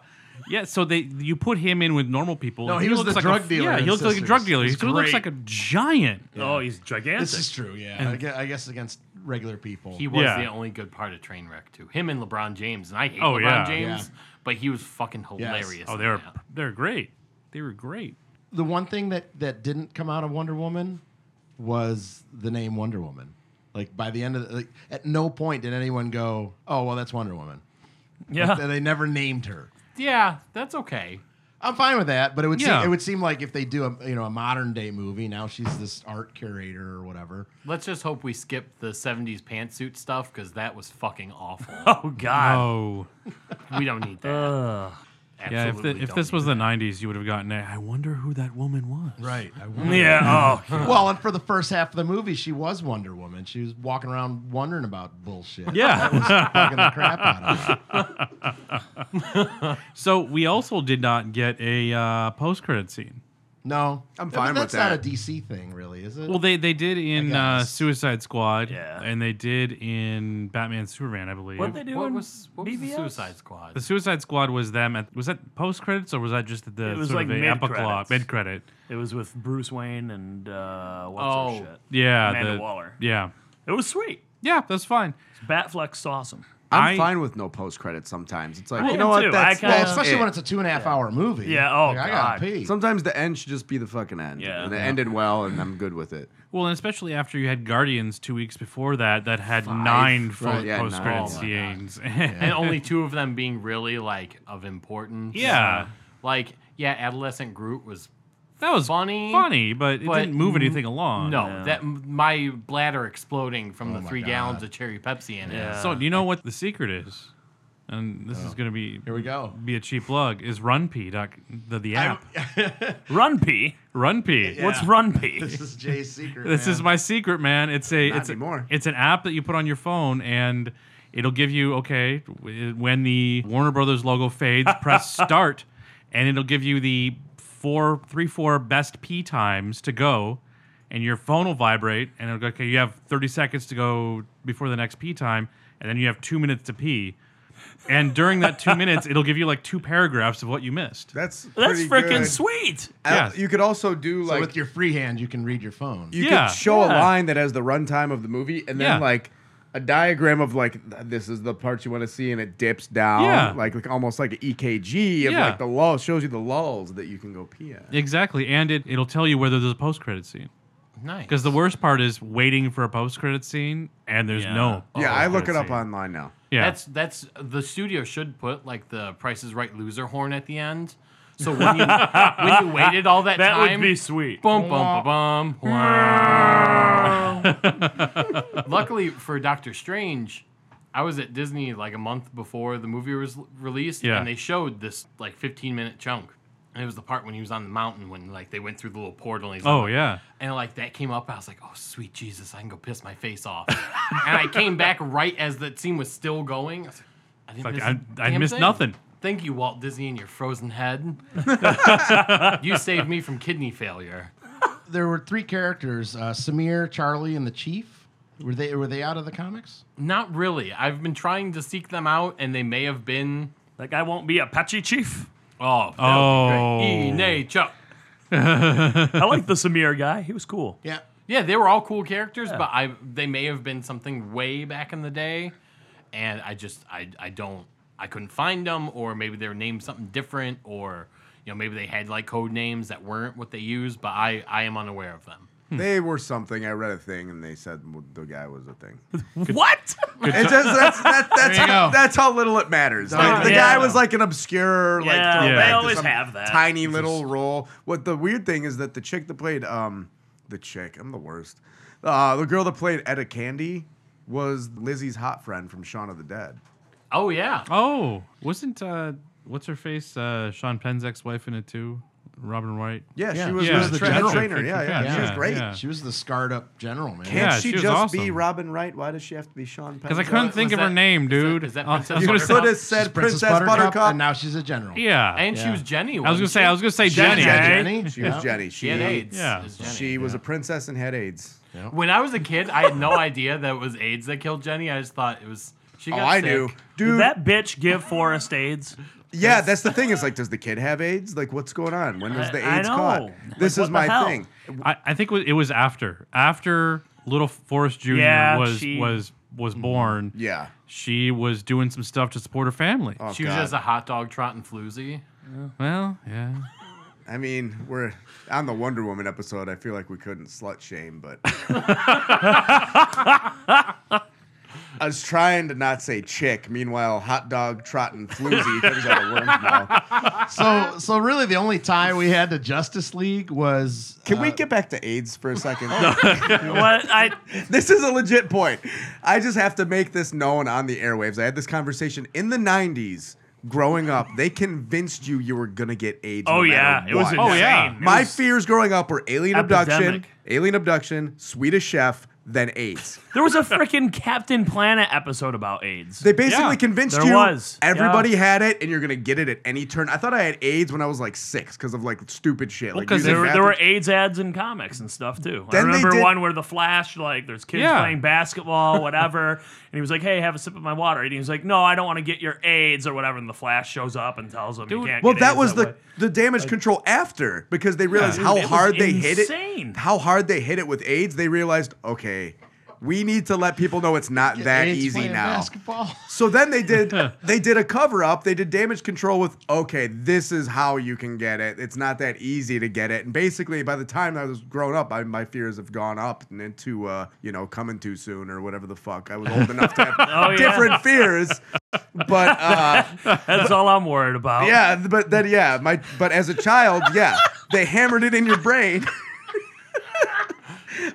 yeah, so they you put him in with normal people.
No,
and
he was
looks
the
like
drug
a,
dealer
Yeah,
in
he looks like a
Sisters.
drug dealer. He
He's
still looks
great.
like a giant.
Oh, he's gigantic.
This is true. Yeah, I gue- I guess against regular people.
He was
Yeah.
the only good part of Trainwreck too. Him and LeBron James, and I hate
Oh,
LeBron
yeah.
James, but he was fucking
Yes.
hilarious.
Oh,
in
they were
that.
they were great. They were great.
the one thing that that didn't come out of Wonder Woman was the name Wonder Woman. Like by the end of the, like, at no point did anyone go, "Oh, well, that's Wonder Woman."
yeah.
They- They never named her.
Yeah, that's okay.
I'm fine with that, but it would
Yeah.
seem, it would seem like if they do a you know a modern day movie now she's this art curator or whatever.
Let's just hope we skip the '70s pantsuit stuff because that was fucking awful.
oh God.
Oh,
we don't need that.
Ugh.
Uh, yeah. If,
Absolutely
the, if
don't
this
need
was
that.
the '90s, you would have gotten it. I wonder who that woman was.
Right.
yeah. Oh.
Well, and for the first half of the movie, she was Wonder Woman. She was walking around wondering about bullshit.
Yeah.
Fucking the crap out of her.
so we also did not get a uh, post-credit scene.
No,
I'm
But
fine with
that's
that.
not a DC thing, really, is it?
Well, they they did in uh,
guess.
Suicide Squad,
Yeah.
and they did in Batman Superman, I believe.
What they do
What
in
was what was the
BVS?
Suicide Squad?
The Suicide Squad was them at was that post credits or was that just at the
It was
sort
like
of a
mid-credits.
mid credit?
It was with Bruce Wayne and uh, what's
Oh.
her shit.
Yeah,
Amanda
the-
Waller.
Yeah,
It was sweet.
yeah, that's fine.
Batfleck's awesome.
I'm
I-
fine with no post credits sometimes. It's like,
I
you
am
know what?
too.
That's,
I kinda-
Well,
that's
especially
it.
when it's a two and a half hour movie.
Yeah, oh,
Like, I gotta
God.
pee.
Sometimes the end should just be the fucking end.
Yeah.
And it ended well, and I'm good with it.
Well, and especially after you had Guardians two weeks before that that had nine full
yeah, nine.
post credit
Oh my
scenes.
and only two of them being really like of importance.
Yeah.
So, like yeah, adolescent Groot was
that was
Funny,
funny, but it
but
didn't move anything along.
no that my bladder exploding from the
my
three
God.
gallons of cherry Pepsi in it.
Yeah.
So do you know what the secret is? And this is gonna be
Here we go.
be a cheap plug. Is RunP doc, the the app
Run P.
RunP?
Yeah.
What's Run P?
This is Jay's secret.
This
man.
is my secret, man. It's a
Not
it's
anymore.
A, it's an app that you put on your phone and it'll give you okay w- when the Warner Brothers logo fades, press start, and it'll give you the four three four best P times to go, and your phone will vibrate and it'll go okay you have thirty seconds to go before the next P time, and then you have two minutes to pee. And during that two minutes, it'll give you like two paragraphs of what you missed.
That's
That's
pretty
freaking
good.
sweet.
Uh,
Yeah.
You could also do
So
like
with your free hand, you can read your phone.
you
Yeah.
could show a
Yeah.
line that has the runtime of the movie, and then
Yeah.
like a diagram of like th- this is the parts you want to see, and it dips down,
Yeah.
like, like almost like an EKG of
Yeah.
like the lull shows you the lulls that you can go pee at.
Exactly, and it, it'll tell you whether there's a post credit scene.
nice.
Because the worst part is waiting for a post credit scene and there's
Yeah.
no.
yeah, I look it up
scene.
online now.
Yeah.
That's that's the studio should put like the Price is Right loser horn at the end. So when you when you waited all that,
That
time,
would be sweet.
bum bum bum bum. wah. Luckily for Doctor Strange, I was at Disney like a month before the movie was l- released,
Yeah.
and they showed this like 15 minute chunk. And it was the part when he was on the mountain when like they went through the little portal. And he's
oh
like,
yeah.
and like that came up, I was like, "Oh sweet Jesus, I can go piss my face off." and I came back right as that scene was still going. I, was like, I didn't
Like,
miss
I-
a
I
damn
missed
thing."
nothing.
Thank you, Walt Disney, and your frozen head. you saved me from kidney failure.
There were three characters: uh, Samir, Charlie, and the Chief. Were they were they out of the comics?
Not really. I've been trying to seek them out, and they may have been.
Like I won't be Apache chief.
Oh,
Oh.
E, Chuck.
I like the Samir guy. He was cool.
Yeah.
Yeah, they were all cool characters, but I they may have been something way back in the day, and I just I I don't I couldn't find them, or maybe they were named something different, or you know maybe they had like code names that weren't what they used. But I I am unaware of them.
They were something. I read a thing, and they said the guy was a thing.
What?
It's just that's that, that's
you
how,
go.
that's how little it matters. Like, the
yeah.
guy was like an obscure, like
Yeah,
they
throwback to
always
some
have that.
tiny little role. What the weird thing is that the chick that played um the chick, I'm the worst. Uh, the girl that played Etta Candy was Lizzie's hot friend from Shaun of the Dead.
Oh yeah,
Oh, wasn't uh, what's her face? Uh, Sean Penn's ex-wife in it too, Robin White.
Yeah,
Yeah.
she was,
Yeah,
was
the
the general
general.
trainer. Yeah, yeah,
Yeah,
she was great.
yeah.
She was the scarred up general, man.
Can't
Yeah,
she,
she was
just be
awesome.
Robin Wright? Why does she have to be Sean Penn?
Because I couldn't
Was
think of
that-
her name,
is that-
dude.
is that
Uh,
Princess
you
You
could've
could
said-
have
Buttercup?
She's
said Princess, Buttercup.
and now she's a general.
Yeah.
and she
Yeah.
was Jenny.
I was gonna say I was gonna say
She was
Jenny.
Jenny.
eh? she was Jenny.
she had AIDS.
Yeah.
It was Jenny.
She was a princess and had AIDS.
When I was a kid, I had no idea that it was AIDS that killed Jenny. I just thought it was she.
Oh,
Got
I
sick.
knew,
Did
dude.
that bitch give Forrest AIDS?
Yeah, that's the thing. Is like, does the kid have AIDS? Like, what's going on? When was the
I- I
AIDS
know.
caught?
Like,
This
what
is
the
my
hell?
thing.
I, I think it was after after little Forrest Jr.
Yeah,
was
she-
was was born.
Yeah.
She was doing some stuff to support her family.
Oh
She was
God.
just a
uh,
hot dog trotting floozy.
Well, yeah.
I mean, we're on the Wonder Woman episode. I feel like we couldn't slut shame, but I was trying to not say chick. Meanwhile, hot dog trotting floozy comes out of worm's mouth.
So, so really, the only tie we had to Justice League was
Can we
uh,
get back to AIDS for a second?
What? I
this is a legit point. I just have to make this known on the airwaves. I had this conversation in the 90s growing up. They convinced you you were going to get AIDS.
oh
no matter
yeah, it was
what.
insane.
Oh, yeah.
It
My
was-
fears growing up were alien abduction,
Epidemic.
alien abduction, Swedish chef, then AIDS.
there was a freaking Captain Planet episode about AIDS.
They basically
Yeah,
convinced
there
you
was.
everybody
Yeah.
had it and you're gonna get it at any turn. I thought I had AIDS when I was like six because of like stupid shit. Like
'cause
using
There were, there were
bathrooms.
AIDS ads in comics and stuff too.
Then
I
they
remember
did-
one where the Flash, like, there's kids
Yeah.
playing basketball, whatever, and he was like, "Hey, have a sip of my water," and he was like, "No, I don't want to get your AIDS or whatever." And the Flash shows up and tells him, "You
Dude,
can't."
Well,
get
that
AIDS
was the
way."
the damage control after because they realized
Dude,
how
it was
hard they hit
insane.
it. How hard they hit it with AIDS, they realized okay, we need to let people know it's not that
AIDS
easy
playing
now.
Basketball.
So then they did they did a cover up. They did damage control with okay, this is how you can get it. It's not that easy to get it. And basically, by the time I was grown up, I, my fears have gone up and into uh, you know coming too soon or whatever the fuck. I was old enough to have
Oh, yeah.
different fears, but uh,
That's all I'm worried about.
yeah, but then yeah, my but as a child, yeah, they hammered it in your brain.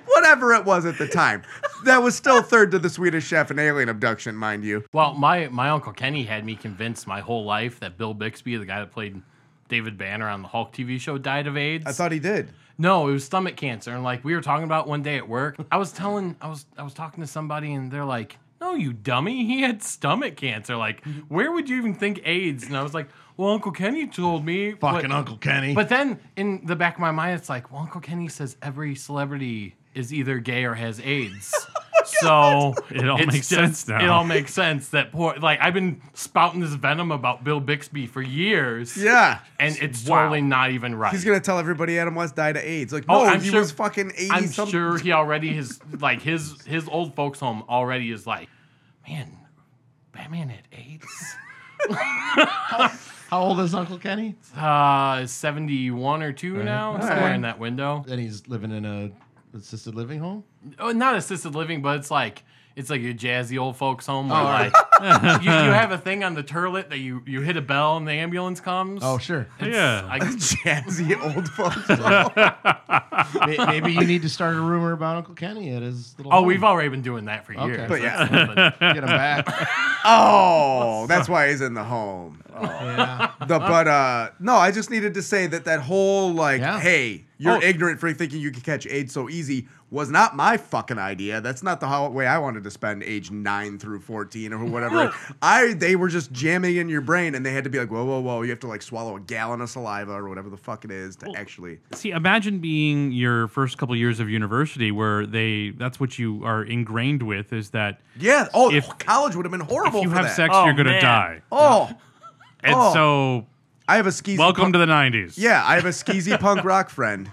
Whatever it was at the time, that was still third to the Swedish Chef and Alien Abduction, mind you.
Well, my my uncle Kenny had me convinced my whole life that Bill Bixby, the guy that played David Banner on the Hulk TV show, died of AIDS.
I thought he did.
No, it was stomach cancer. And like we were talking about one day at work, I was telling, I was, I was talking to somebody, and they're like, "No, you dummy! He had stomach cancer. Like, where would you even think AIDS?" And I was like, "Well, Uncle Kenny told me." but-
Fucking Uncle Kenny.
But then in the back of my mind, it's like, "Well, Uncle Kenny says every celebrity is either gay or has AIDS." So
Oh, It all
it's
makes sense now.
It all makes sense that poor like I've been spouting this venom about Bill Bixby for years.
Yeah.
And it's
Wow.
totally not even right.
He's gonna tell everybody Adam West died of AIDS. Like,
Oh,
no,
I'm
he
sure-
was fucking eighty
I'm
something.
sure he already his like his his old folks home already is like, man, Batman had AIDS.
How old is Uncle Kenny?
Uh, seventy one or two now, somewhere
right.
in that window.
And he's living in a assisted living home.
Oh, not assisted living, but it's like it's like a jazzy old folks home where
Oh, all
like
right.
you, you have a thing on the turlet that you you hit a bell and the ambulance comes.
Oh, sure.
Yeah.
I,
Jazzy old folks. home.
May- Maybe you need to start a rumor about Uncle Kenny at his little.
oh,
home.
we've already been doing that for
Okay.
years.
But yeah.
That's nothing.
get him back.
oh, that's why he's in the home. Oh.
yeah.
The but uh no, I just needed to say that that whole like,
Yeah.
hey, you're
Oh.
ignorant for thinking you can catch AIDS so easy was not my fucking idea. That's not the how, way I wanted to spend age nine through fourteen or whatever. I they were just jamming in your brain and they had to be like, whoa, whoa, whoa, you have to like swallow a gallon of saliva or whatever the fuck it is to actually.
See, imagine being your first couple years of university where they that's what you are ingrained with is that
Yeah. Oh,
If-
college would have been horrible.
if you
for
have
that.
sex,
Oh,
you're gonna
man.
die.
Oh,
And
Oh.
so,
I have a skeezy.
welcome
punk-
to the '90s.
Yeah, I have a skeezy punk rock friend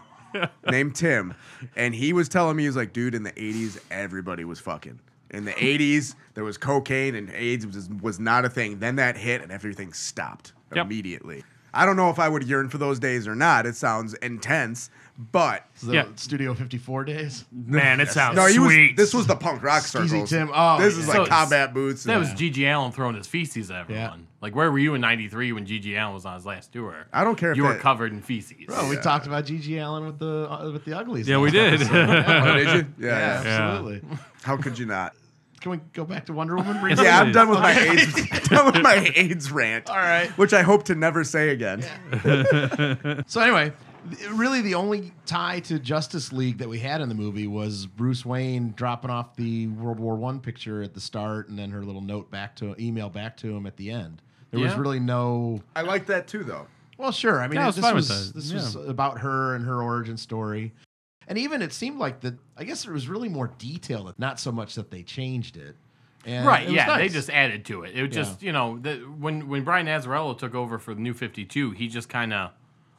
named Tim, and he was telling me he was like, dude, in the '80s, everybody was fucking. In the 80s, there was cocaine and AIDS was, was not a thing. Then that hit and everything stopped
Yep.
immediately. I don't know if I would yearn for those days or not. It sounds intense, but
It's the
Yeah.
Studio 54 days.
Man, it sounds
no, you was,
sweet.
this was the punk rock circles.
Tim. Oh,
this is
yeah.
like
So-
combat boots.
That
and-
was G.G. Allen throwing his feces at everyone. Like, where were you in '93 when G.G. Allen was on his last tour?
I don't care if
You were
that-
covered in feces.
Bro, we talked about Gigi Allen with the uh, with the uglies.
Yeah, we
last
did.
episode.
Oh, did you? Yeah,
yeah,
yeah.
absolutely.
How could you not?
Can we go back to Wonder Woman? briefly?
Yeah,
it
I'm
is.
done with my AIDS. I'm done with my AIDS rant.
All right.
Which I hope to never say again.
So anyway, th- really the only tie to Justice League that we had in the movie was Bruce Wayne dropping off the World War One picture at the start, and then her little note back to email back to him at the end. There was
Yeah.
really no.
I like that too, though.
Well, sure. I mean,
Yeah, I was
this
fine with
was
that.
this was about her and her origin story, and even it seemed like that. I guess there was really more detail, not so much that they changed it. And it
Right,
was
yeah, they
nice.
just added to it. It was
Yeah.
just, you know, the, when when Brian Azarello took over for the New Fifty Two, he just kind of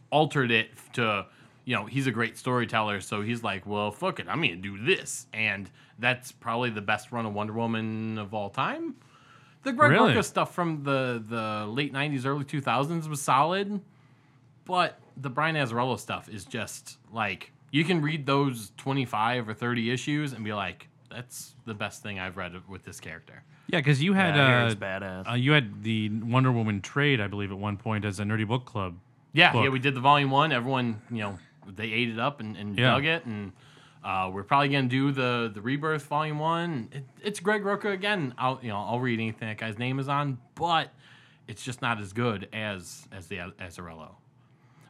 altered it to, you know, he's a great storyteller, so he's like, well, fuck it, I'm gonna do this, and that's probably the best run of Wonder Woman of all time. The Greg
Really?
Rucka stuff from the the late '90s, early 2000s was solid, but the Brian Azarello stuff is just like you can read those 25 or 30 issues and be like, that's the best thing I've read with this character.
Yeah, because you had
Yeah, I hear
uh,
it's badass.
uh, you had the Wonder Woman trade, I believe, at one point as a nerdy book club.
Yeah, yeah,
book.
we did the volume one. Everyone, you know, they ate it up and, and
Yeah.
dug it, and uh, we're probably gonna do the the rebirth volume one. It, it's Greg Rucka again. I'll you know I'll read anything that guy's name is on, but it's just not as good as as the Azarello.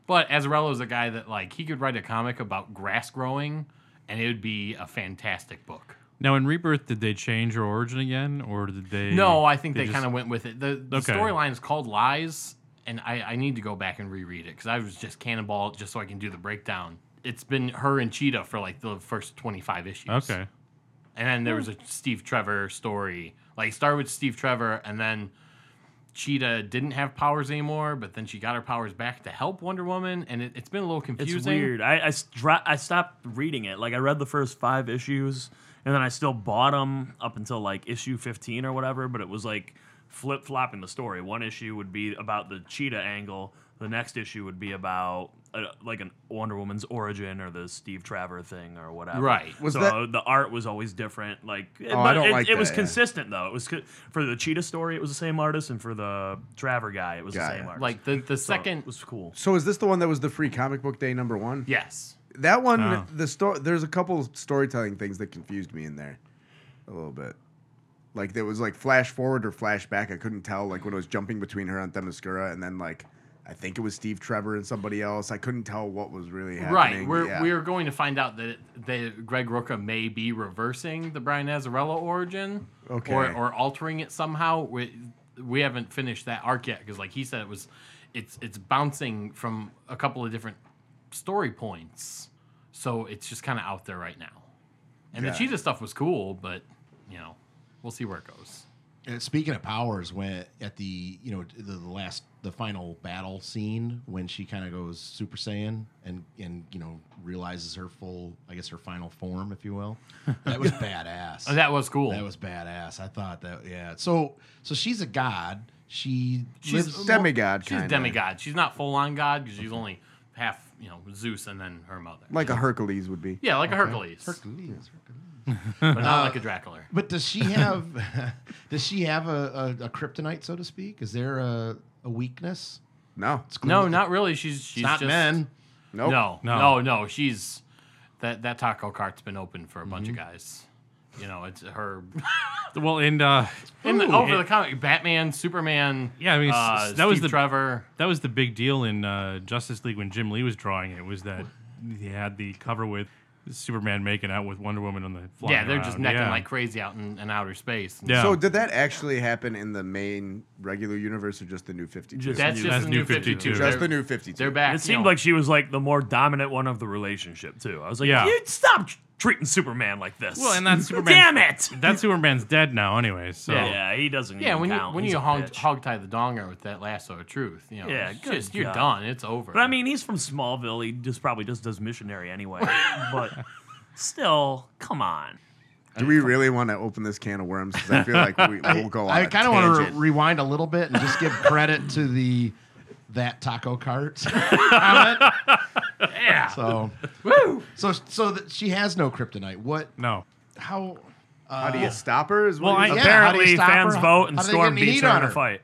But Azarello is a guy that like he could write a comic about grass growing, and it would be a fantastic book.
Now in Rebirth, did they change her origin again, or did they?
No, I think they,
just-
kind of went with it. The, the
Okay.
storyline is called Lies, and I, I need to go back and reread it because I was just cannonball just so I can do the breakdown. It's been her and Cheetah for like the first 25 issues.
Okay.
And then there was a Steve Trevor story. Like, it started with Steve Trevor, and then Cheetah didn't have powers anymore, but then she got her powers back to help Wonder Woman, and it, it's been a little confusing.
It's weird. I I, s- dro- I stopped reading it. Like I read the first five issues, and then I still bought them up until like issue fifteen or whatever. But it was like flip flopping the story. One issue would be about the cheetah angle. The next issue would be about uh, like an Wonder Woman's origin or the Steve Trevor thing or whatever.
Right.
Was
so
that-
the art was always different. Like,
Oh,
but
I don't
it,
like
it was
that, yeah.
consistent though. It was co- for the cheetah story. It was the same artist, and for the Trevor guy, it was
Got
the same
it.
artist.
Like, the, the
So
second.
it was cool.
So is this the one that was the free comic book day number one?
yes.
That one,
Oh.
the story. There's a couple storytelling things that confused me in there, a little bit. Like there was like flash forward or flashback. I couldn't tell. Like when it was jumping between her on Themyscira and then like I think it was Steve Trevor and somebody else. I couldn't tell what was really happening.
Right. We're
Yeah.
we're going to find out that that Greg Roca may be reversing the Brian Azarello origin, or
Okay.
or altering it somehow. We we haven't finished that arc yet because, like he said, it was it's it's bouncing from a couple of different story points, so it's just kind of out there right now. And
Got
the
it.
cheetah stuff was cool, but you know, we'll see where it goes.
And Uh, speaking of powers, when at the you know the, the last the final battle scene when she kind of goes Super Saiyan and and you know realizes her full I guess her final form if you will, that was badass.
Oh, that was cool.
That was badass. I thought that yeah. So so she's a god. She
She's
lives.
demigod.
She's
kinda.
demigod. She's not full on god because she's only half you know Zeus and then her mother.
Like a Hercules would be.
yeah, like a Hercules.
Hercules.
but not like a Dracula.
But does she have does she have a, a, a kryptonite so to speak? Is there a, a weakness?
No.
No, not really. She's she's
It's not
just,
men.
Nope.
No,
No.
no, no, She's that that taco cart's been open for a bunch of guys. You know, it's her
Well, and uh,
in the, over the comic Batman, Superman.
Yeah, I mean,
uh,
s- that was
Steve
the-
Trevor.
that was the big deal in uh, Justice League when Jim Lee was drawing it. Was that he had the cover with Superman making out with Wonder Woman on the flying
Yeah, they're just
around.
necking
Yeah.
like crazy out in, in outer space. And
Yeah.
So did that actually happen in the main regular universe or just the new 52?
Just-
That's just
That's
the
New
new 52.
52.
Just
They're-
the new 52.
They're back.
It seemed like she was like the more dominant one of the relationship too. I was like,
Yeah.
you stop tr- treating Superman like this.
Well, and that's Superman.
Damn it!
That Superman's dead now, anyway. So
Yeah, he doesn't.
Yeah,
even
when you
count.
when
He's
you
a
hog,
bitch.
hog tie the donger with that lasso of truth, you know,
Yeah,
it's
good
just you're
God.
done. It's over.
But I mean, he's from Smallville. He just probably just does missionary anyway. but still, come on.
Do we really want to open this can of worms? Because I feel like we, we'll go on.
I kind of want to
tangent.
rewind a little bit and just give credit to the that taco cart comment.
Yeah.
So,
Woo!
so, so that she has no kryptonite. What?
No.
How?
How
uh,
do you stop her? Is
Well,
what
I,
you-
Yeah, how do you
apparently
stop
fans
her?
vote and
How do they
Storm
get any
beats
heat
her
on
in a
her?
fight.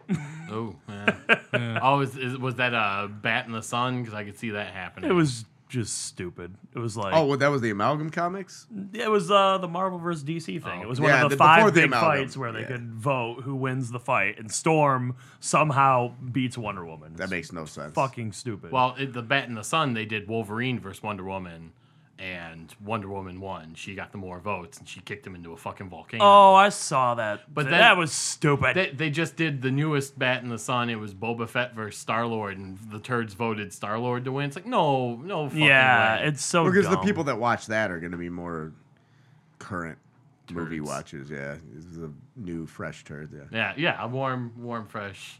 Oh, yeah. oh, is, is, was that a bat in the sun? Because I could see that happening.
It was just stupid. It was like
oh, well, that was the amalgam comics.
it was uh, the Marvel vs. DC thing. It was one
Yeah,
of the
the- before
five
the
big
amalgam.
fights where they
Yeah.
could vote who wins the fight, and Storm somehow beats Wonder Woman.
That
It's
makes no sense.
fucking stupid.
Well, it, the Bat in the Sun, they did Wolverine versus Wonder Woman, and Wonder Woman won. She got the more votes, and she kicked him into a fucking volcano.
oh, I saw that, but
But
that,
then-
was stupid.
They, they just did the newest Bat in the Sun. It was Boba Fett versus Star Lord, and the turds voted Star Lord to win. It's like no, no, fucking
yeah,
way.
it's so
Because the
dumb.
people that watch that are going to be more current movie watchers. Yeah, this is a new fresh turd. Yeah,
yeah, yeah, a warm, warm, fresh.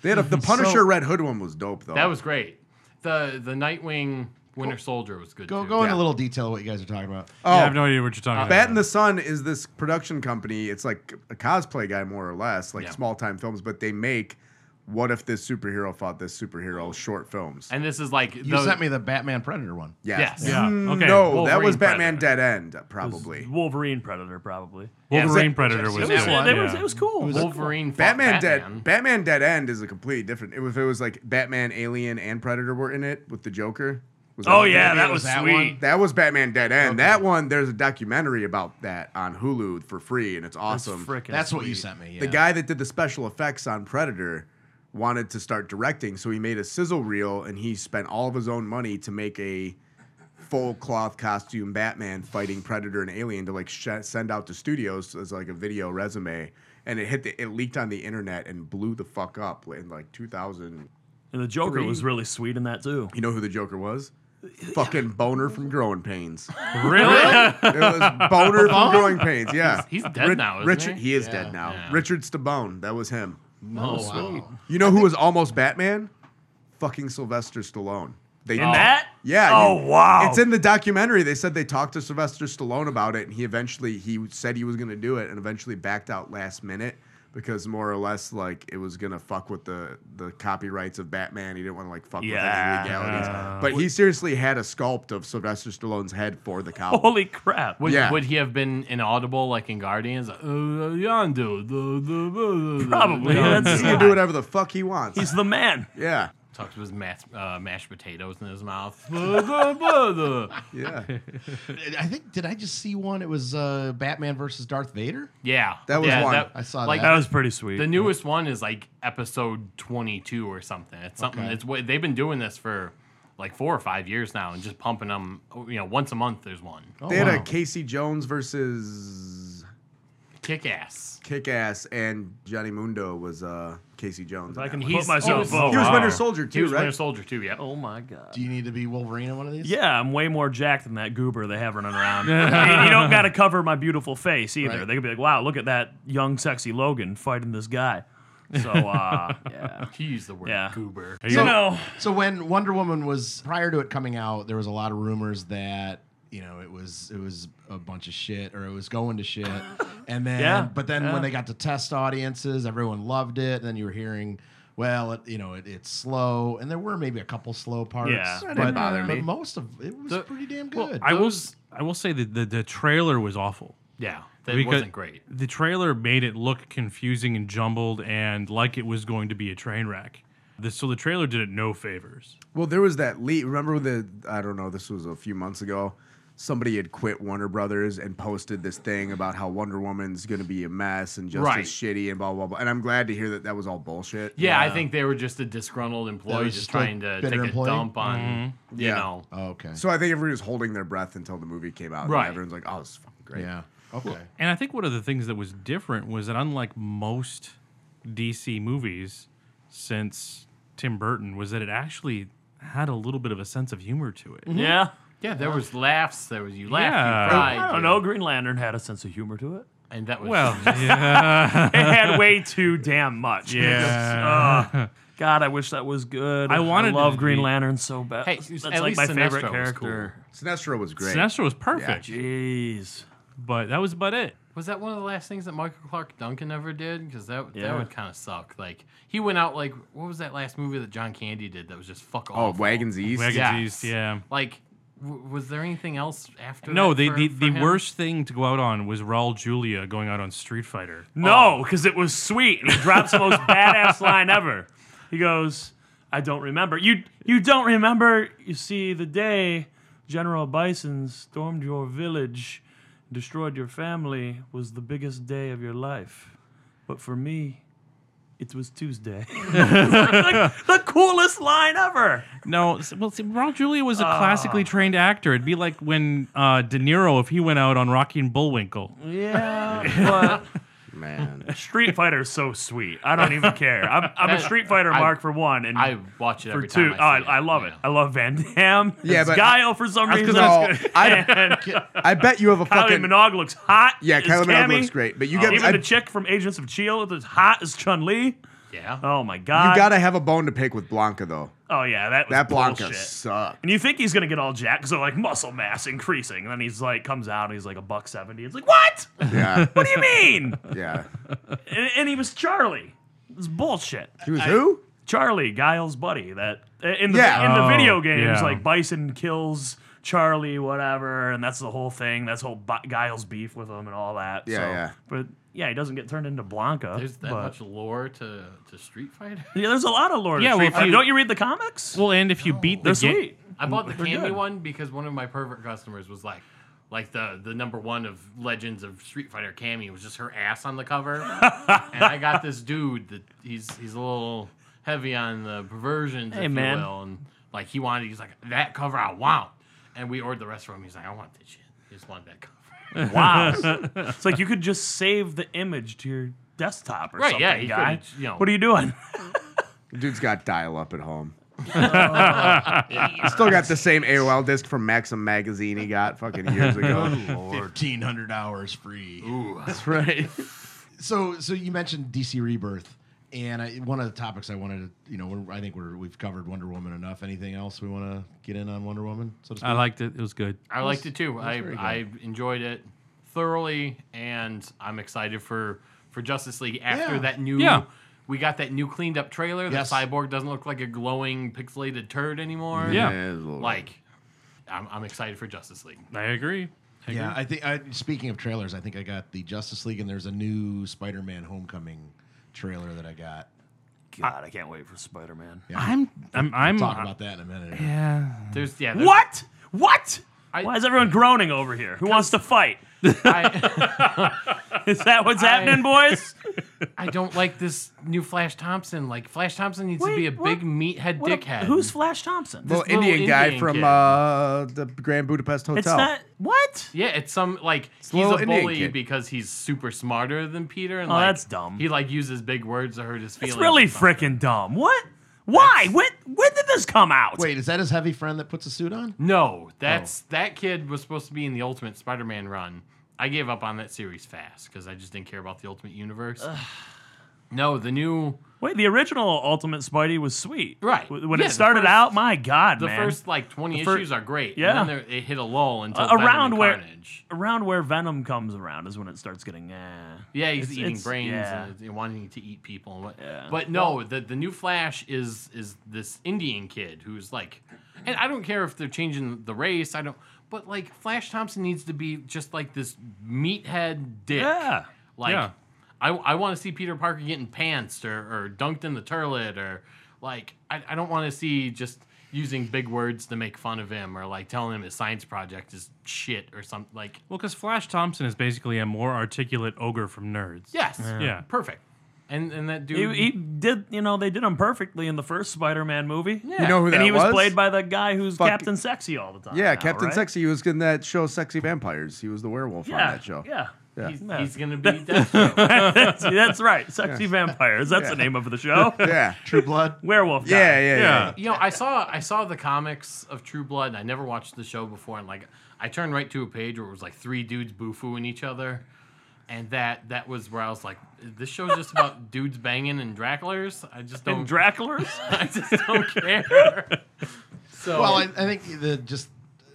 they had a, the Punisher Red Hood one was dope though.
Oh.
That was great. The the Nightwing Winter Soldier was good
Go
too.
go into
Yeah.
a little detail what you guys are talking about.
oh,
Yeah, I have no idea what you're
Uh,
talking
Bat
about.
in the Sun is this production company. It's like a cosplay guy, more or less, like
Yeah.
small time films, but they make what if this superhero fought this superhero short films.
And this is like
You sent me the Batman Predator one.
yes.
Yes.
Yeah,
Mm,
okay,
No, that
Wolverine
was Batman
Predator.
Dead End, probably.
Wolverine Predator probably.
Yeah,
Wolverine
so-
Predator was,
It was,
that
good.
one.
it
Yeah.
was it was cool.
Wolverine fought
Batman,
Batman.
Dead Batman Dead End is a completely different. If it was like Batman, Alien, and Predator were in it with the Joker. Was
oh
that-
yeah,
Maybe
that
it
was
was that
sweet.
one.
That was Batman Dead End. That one, there's a documentary about that on Hulu for free, and it's
That's
awesome.
frickin'
That's what you
sweet.
sent me. Yeah.
The guy that did the special effects on Predator wanted to start directing, so he made a sizzle reel and he spent all of his own money to make a full cloth costume Batman fighting Predator and Alien to like sh- send out to studios as like a video resume. And it hit the, it leaked on the internet and blew the fuck up in like 2000.
And the Joker
Three.
was really sweet in that too.
You know who the Joker was?
Uh,
Fucking boner from Growing Pains.
Really?
It was boner from Growing Pains. Yeah,
He's- he's dead now, isn't
Richard,
he?
he is
Yeah,
dead now.
yeah.
Richard Stabone. That was him. Oh,
no,
Oh.
sweet.
You know who was almost Batman? Fucking Sylvester Stallone. They
And that?
Yeah.
Oh
you-
wow.
It's in the documentary. They said they talked to Sylvester Stallone about it, and he eventually he said he was going to do it, and eventually backed out last minute because more or less like it was going to fuck with the the copyrights of Batman. He didn't want to like fuck
Yeah.
with any legalities.
Uh,
but he seriously had a sculpt of Sylvester Stallone's head for the cow.
Holy crap.
Would,
Yeah.
would he have been inaudible like in Guardians? Uh, Yondu. the- the- the- the-
Probably.
the-
That's-
he can do whatever the fuck he wants.
He's the man.
yeah.
Talks with his mas- uh, mashed potatoes in his mouth. The- the- the- the-
Yeah.
I think did I just see one? It was uh, Batman versus Darth Vader.
yeah.
That was
yeah,
one.
I saw
like,
That was pretty sweet.
The newest one is like episode 22 or something. It's something.
Okay.
It's what they've been doing this for like four or five years now, and just pumping them. You know, once a month there's one.
Oh,
They had a
wow.
Casey Jones versus
Kick ass.
Kick Ass and Johnny Mundo was uh, Casey Jones.
If I
in
can
that
put
one.
He's-
myself
he was-
up.
he was
wow.
Winter Soldier
He
too,
was
right?
Winter Soldier too. Yeah.
Oh my god.
Do you need to be Wolverine in one of these?
Yeah, I'm way more jacked than that goober they have running around. I mean, you don't got to cover my beautiful face either.
Right.
They could be like, "Wow, look at that young, sexy Logan fighting this guy." So, uh, yeah,
He used the word
Yeah.
goober.
Are
you know,
So when Wonder Woman was prior to it coming out, there was a lot of rumors that you know it was it was a bunch of shit or it was going to shit, and then
Yeah,
but then
yeah.
when they got to test audiences, everyone loved it. And then you were hearing. Well, it, you know, it, it's slow, and there were maybe a couple slow parts.
Yeah. That
but,
didn't bother
but
me.
most of it was
The-
pretty damn
well,
good.
I was I will say that the, the trailer was awful.
Yeah. That
Because-
wasn't great.
The trailer made it look confusing and jumbled and like it was going to be a train wreck. The, so the trailer did it no favors.
Well, there was that leak. Remember the? I don't know. This was a few months ago. Somebody had quit Warner Brothers and posted this thing about how Wonder Woman's going to be a mess and just
Right.
as shitty and blah blah blah. And I'm glad to hear that that was all bullshit.
Yeah, I think they were just a disgruntled employee
was
just
just, like,
trying to
bitter
take
employee?
a dump on,
Mm-hmm.
you
Yeah.
know.
oh, okay.
So I think everybody was holding their breath until the movie came out.
Right.
And everyone's like, "Oh, it's fucking great."
yeah. Okay.
And I think one of the things that was different was that unlike most DC movies since Tim Burton was that it actually had a little bit of a sense of humor to it.
yeah.
Yeah, there was laughs. There was you laughed,
Yeah.
you cried.
I
you-
don't know. Green Lantern had a sense of humor to it.
And that was
Well, yeah.
It had way too damn much.
Yeah.
Ugh. God, I wish that was good.
I wanted it
love
to
Green
be-
Lantern so bad.
Hey,
that's
at
like
least
my
Sinestro
favorite
was
character.
Sinestro was great.
Sinestro was perfect.
Jeez,
But that was about it.
Was that one of the last things that Michael Clark Duncan ever did? Because that
Yeah.
that would kind of suck. Like he went out like what was that last movie that John Candy did that was just fuck
Oh,
off.
Wagons East.
Wagons
Yes.
East, yeah.
Like, w- was there anything else after?
No,
that
the
for-
the,
for
the
him?
worst thing to go out on was Raul Julia going out on Street Fighter.
No, because it was sweet. And he drops the most badass line ever. He goes, I don't remember. You you don't remember, you see, the day General Bison stormed your village, destroyed your family, was the biggest day of your life. But for me, it was Tuesday. Like, the coolest line ever.
No, s- well, see, Raul Julia was a
Ah.
classically trained actor. It'd be like when uh, De Niro, if he went out on Rocky and Bullwinkle.
Yeah,
Man.
but Street Fighter's so sweet. I don't even care. I'm, I'm a Street Fighter
I-
mark for one, and
I watch it
for
every
two.
time.
oh, I,
see
I love it.
yeah.
I love Van Damme.
Yeah,
Yeah,
but-
but Guile for some
That's 'cause
reason.
No, I,
And
I bet you have a
Kylie
fucking.
Minogue looks hot.
Yeah,
as
Kylie Minogue
Cammy.
looks great, but you
Oh,
got
even
I-
the chick from Agents of Chill E that's hot as Chun Li.
Yeah.
Oh my
You
god.
gotta have a bone to pick with Blanca though.
Oh yeah, that was
That Blanca
bullshit.
sucked.
And you think he's gonna get all jacked because they're like muscle mass increasing, and then he's like comes out and he's like a buck seventy. It's like what? what
Yeah,
do you mean?
yeah.
and, and he was Charlie. It's bullshit.
She was who?
Charlie, Guile's buddy. That eh, in the
Yeah.
in the
Oh,
video games,
yeah.
like Bison kills Charlie, whatever, and that's the whole thing. That's whole Bi- Guile's beef with him and all that.
Yeah,
so-
yeah.
But yeah, he doesn't get turned into Blanca.
There's that
but-
much lore to, to Street Fighter.
Yeah, there's a lot of lore.
Yeah,
Yeah,
well, if you-
don't you read the comics?
Well, and if you beat the
They're
game,
sweet.
I bought the candy
good.
one because one of my pervert customers was like, like the the number one of legends of Street Fighter Cammy was just her ass on the cover, and I got this dude that he's he's a little heavy on the perversions,
Hey,
if
man.
you will, and like he wanted, he's like that cover I want, and we ordered the rest from him. He's like, I want that shit. He just wanted that cover.
Wow. it's like you could just save the image to your desktop or
Right,
something,
yeah, he
guy.
could've, you know.
What are you doing?
Dude's got dial up at home.
Oh,
Still got the same AOL disc from Maxim magazine he got fucking years ago.
Fifteen hundred hours free.
That's right.
So, so you mentioned DC Rebirth, and I, one of the topics I wanted to, you know, we're, I think we're we've covered Wonder Woman enough. Anything else we want to get in on Wonder Woman? So to speak?
I liked it. It was good.
I liked it too. I
very good.
I enjoyed it thoroughly, and I'm excited for for Justice League after
Yeah.
that new.
Yeah.
We got that new cleaned up trailer.
Yes.
The cyborg doesn't look like a glowing pixelated turd anymore.
Yeah.
Like, I'm, I'm excited for Justice League.
I agree. I
yeah,
agree.
I think. I, speaking of trailers, I think I got the Justice League, and there's a new Spider-Man Homecoming trailer that I got.
God, I can't wait for Spider Man.
I'm, I'm, I'm,
Talk about that in a minute.
Uh-huh. yeah.
There's yeah. There's,
What? What?
I-
Why is everyone groaning over here? Who wants to fight?
I,
Is that what's happening, boys?
I don't like this new Flash Thompson. Like Flash Thompson needs to
Wait,
be a
what-
big meathead
What a-
dickhead.
who's Flash Thompson?
Little
little
Indian guy
Indian
from
kid.
uh, the Grand Budapest Hotel.
it's not what?
Yeah, it's some like he's
little
a
Indian
bully
kid.
because he's super smarter than Peter. And
Oh,
like,
that's dumb.
He like uses big words to hurt his feelings.
It's really
or something.
freaking dumb. What? Why? When when did this come out?
Wait, is that his heavy friend that puts a suit on?
No,
Oh.
that's that kid was supposed to be in the Ultimate Spider-Man run. I gave up on that series fast because I just didn't care about the Ultimate Universe. no, the new
Wait, the original Ultimate Spidey was sweet.
Right.
W- When
Yeah,
it
the
started
first-
out, my God,
the
man.
first like twenty
The fir-
issues are great.
Yeah.
and then there, it hit a lull until
Uh,
Venom
around
and
where-
Carnage.
around where Venom comes around is when it starts getting eh.
Yeah, he's
It's-
eating
it's-
brains
yeah.
and, and wanting to eat people. And what,
Yeah.
But no, the the new Flash is is this Indian kid who's like, and I don't care if they're changing the race. I don't. But like Flash Thompson needs to be just like this meathead dick.
Yeah.
Like,
uh, Yeah.
I I want to see Peter Parker getting pantsed or, or dunked in the toilet or like I I don't want to see just using big words to make fun of him or like telling him his science project is shit or something like
Well, because Flash Thompson is basically a more articulate ogre from Nerds.
yes
Yeah.
perfect. And, and that dude
He, he did, you know, they did him perfectly in the first Spider-Man movie.
Yeah.
You know who that
and he was,
was?
played by the guy who's
Fuck-
Captain Sexy all the time.
yeah,
now,
Captain
right?
Sexy. He was in that show, Sexy Vampires. He was the werewolf
Yeah,
on that show.
Yeah.
Yeah.
He's,
Yeah.
he's gonna be Deathstroke.
that's, that's right. Sexy vampires. That's the name of the show.
Yeah.
True Blood.
Werewolf. guy.
Yeah, yeah, yeah.
Yeah.
you know, I saw I saw the comics of True Blood. And I never watched the show before, and like I turned right to a page where it was like three dudes boofooing each other, and that that was where I was like, this show's just about dudes banging and Draculars. I just don't,
And Dracula's.
I just don't care. So
Well, I, I think the just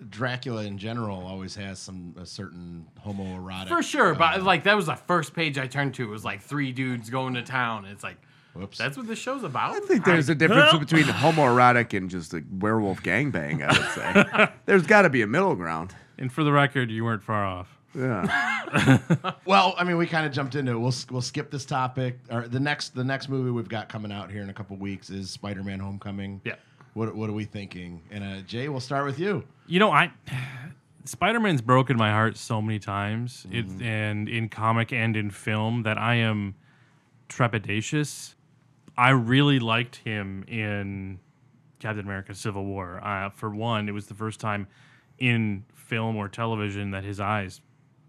Dracula in general always has some a certain homoerotic.
For sure, but
uh,
like that was the first page I turned to. It was like three dudes going to town. It's like
whoops.
that's what this show's about.
I think there's a difference between homoerotic and just a werewolf gangbang, I would say. there's got to be a middle ground.
And for the record, you weren't far off.
Yeah.
well, I mean, we kind of jumped into it. We'll s- we'll skip this topic. Or the next the next movie we've got coming out here in a couple weeks is Spider Man Homecoming.
Yeah.
What what are we thinking? And uh, Jay, we'll start with you.
You know, I Spider Man's broken my heart so many times, it, and in comic and in film, that I am trepidatious. I really liked him in Captain America: Civil War. Uh, for one, it was the first time in film or television that his eyes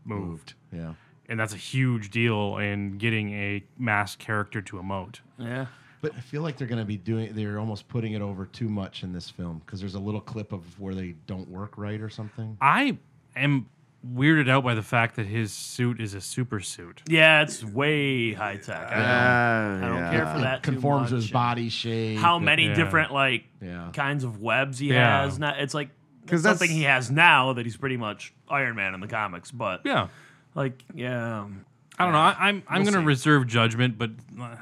moved,
Yeah.
and that's a huge deal. And getting a masked character to emote.
Yeah.
But I feel like they're going to be doing. They're almost putting it over too much in this film because there's a little clip of where they don't work right or something.
I am weirded out by the fact that his suit is a super suit.
Yeah, it's way high tech. I,
I
don't care for that. too
Conforms to
much.
his body shape.
How many
Yeah.
different like
Yeah.
kinds of webs he
Yeah.
has? Not, it's like
'Cause that's-
something he has now that he's pretty much Iron Man in the comics. But
Yeah.
like, yeah,
I don't know. I, I'm I'm going to reserve judgment, but uh,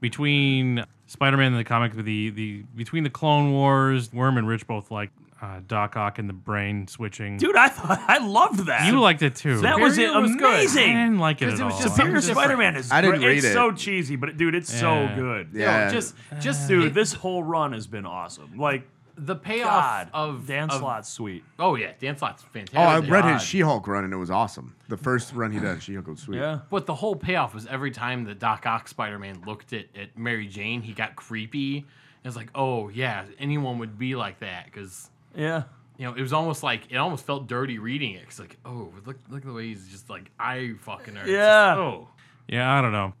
between Spider-Man and the comic, the the between the Clone Wars, Worm and Rich both like uh, Doc Ock and the brain switching.
dude, I thought I loved that.
you liked it too.
that was it,
Superior was good.
I
amazing.
didn't like it at
Because it was
all.
just-
Superior
Something
Spider-Man is.
I didn't
great.
read
it's
it.
so cheesy, but dude, it's
Yeah.
so good.
You know,
Yeah.
just just
Dude,
it-
this whole run has been awesome. Like,
the payoff
God,
of
Dan
of-
Slott's sweet.
Oh yeah, Dan Slott's fantastic.
Oh, I read
God.
his She Hulk run and it was awesome. The first run he did, She Hulk was sweet.
But the whole payoff was every time that Doc Ock Spider Man looked at, at Mary Jane, he got creepy. It's like, oh yeah, anyone would be like that because
yeah.
you know it was almost like it almost felt dirty reading it. It's like, oh look look at the way he's just like I fucking her. It's
Yeah.
Just, oh
yeah, I don't know.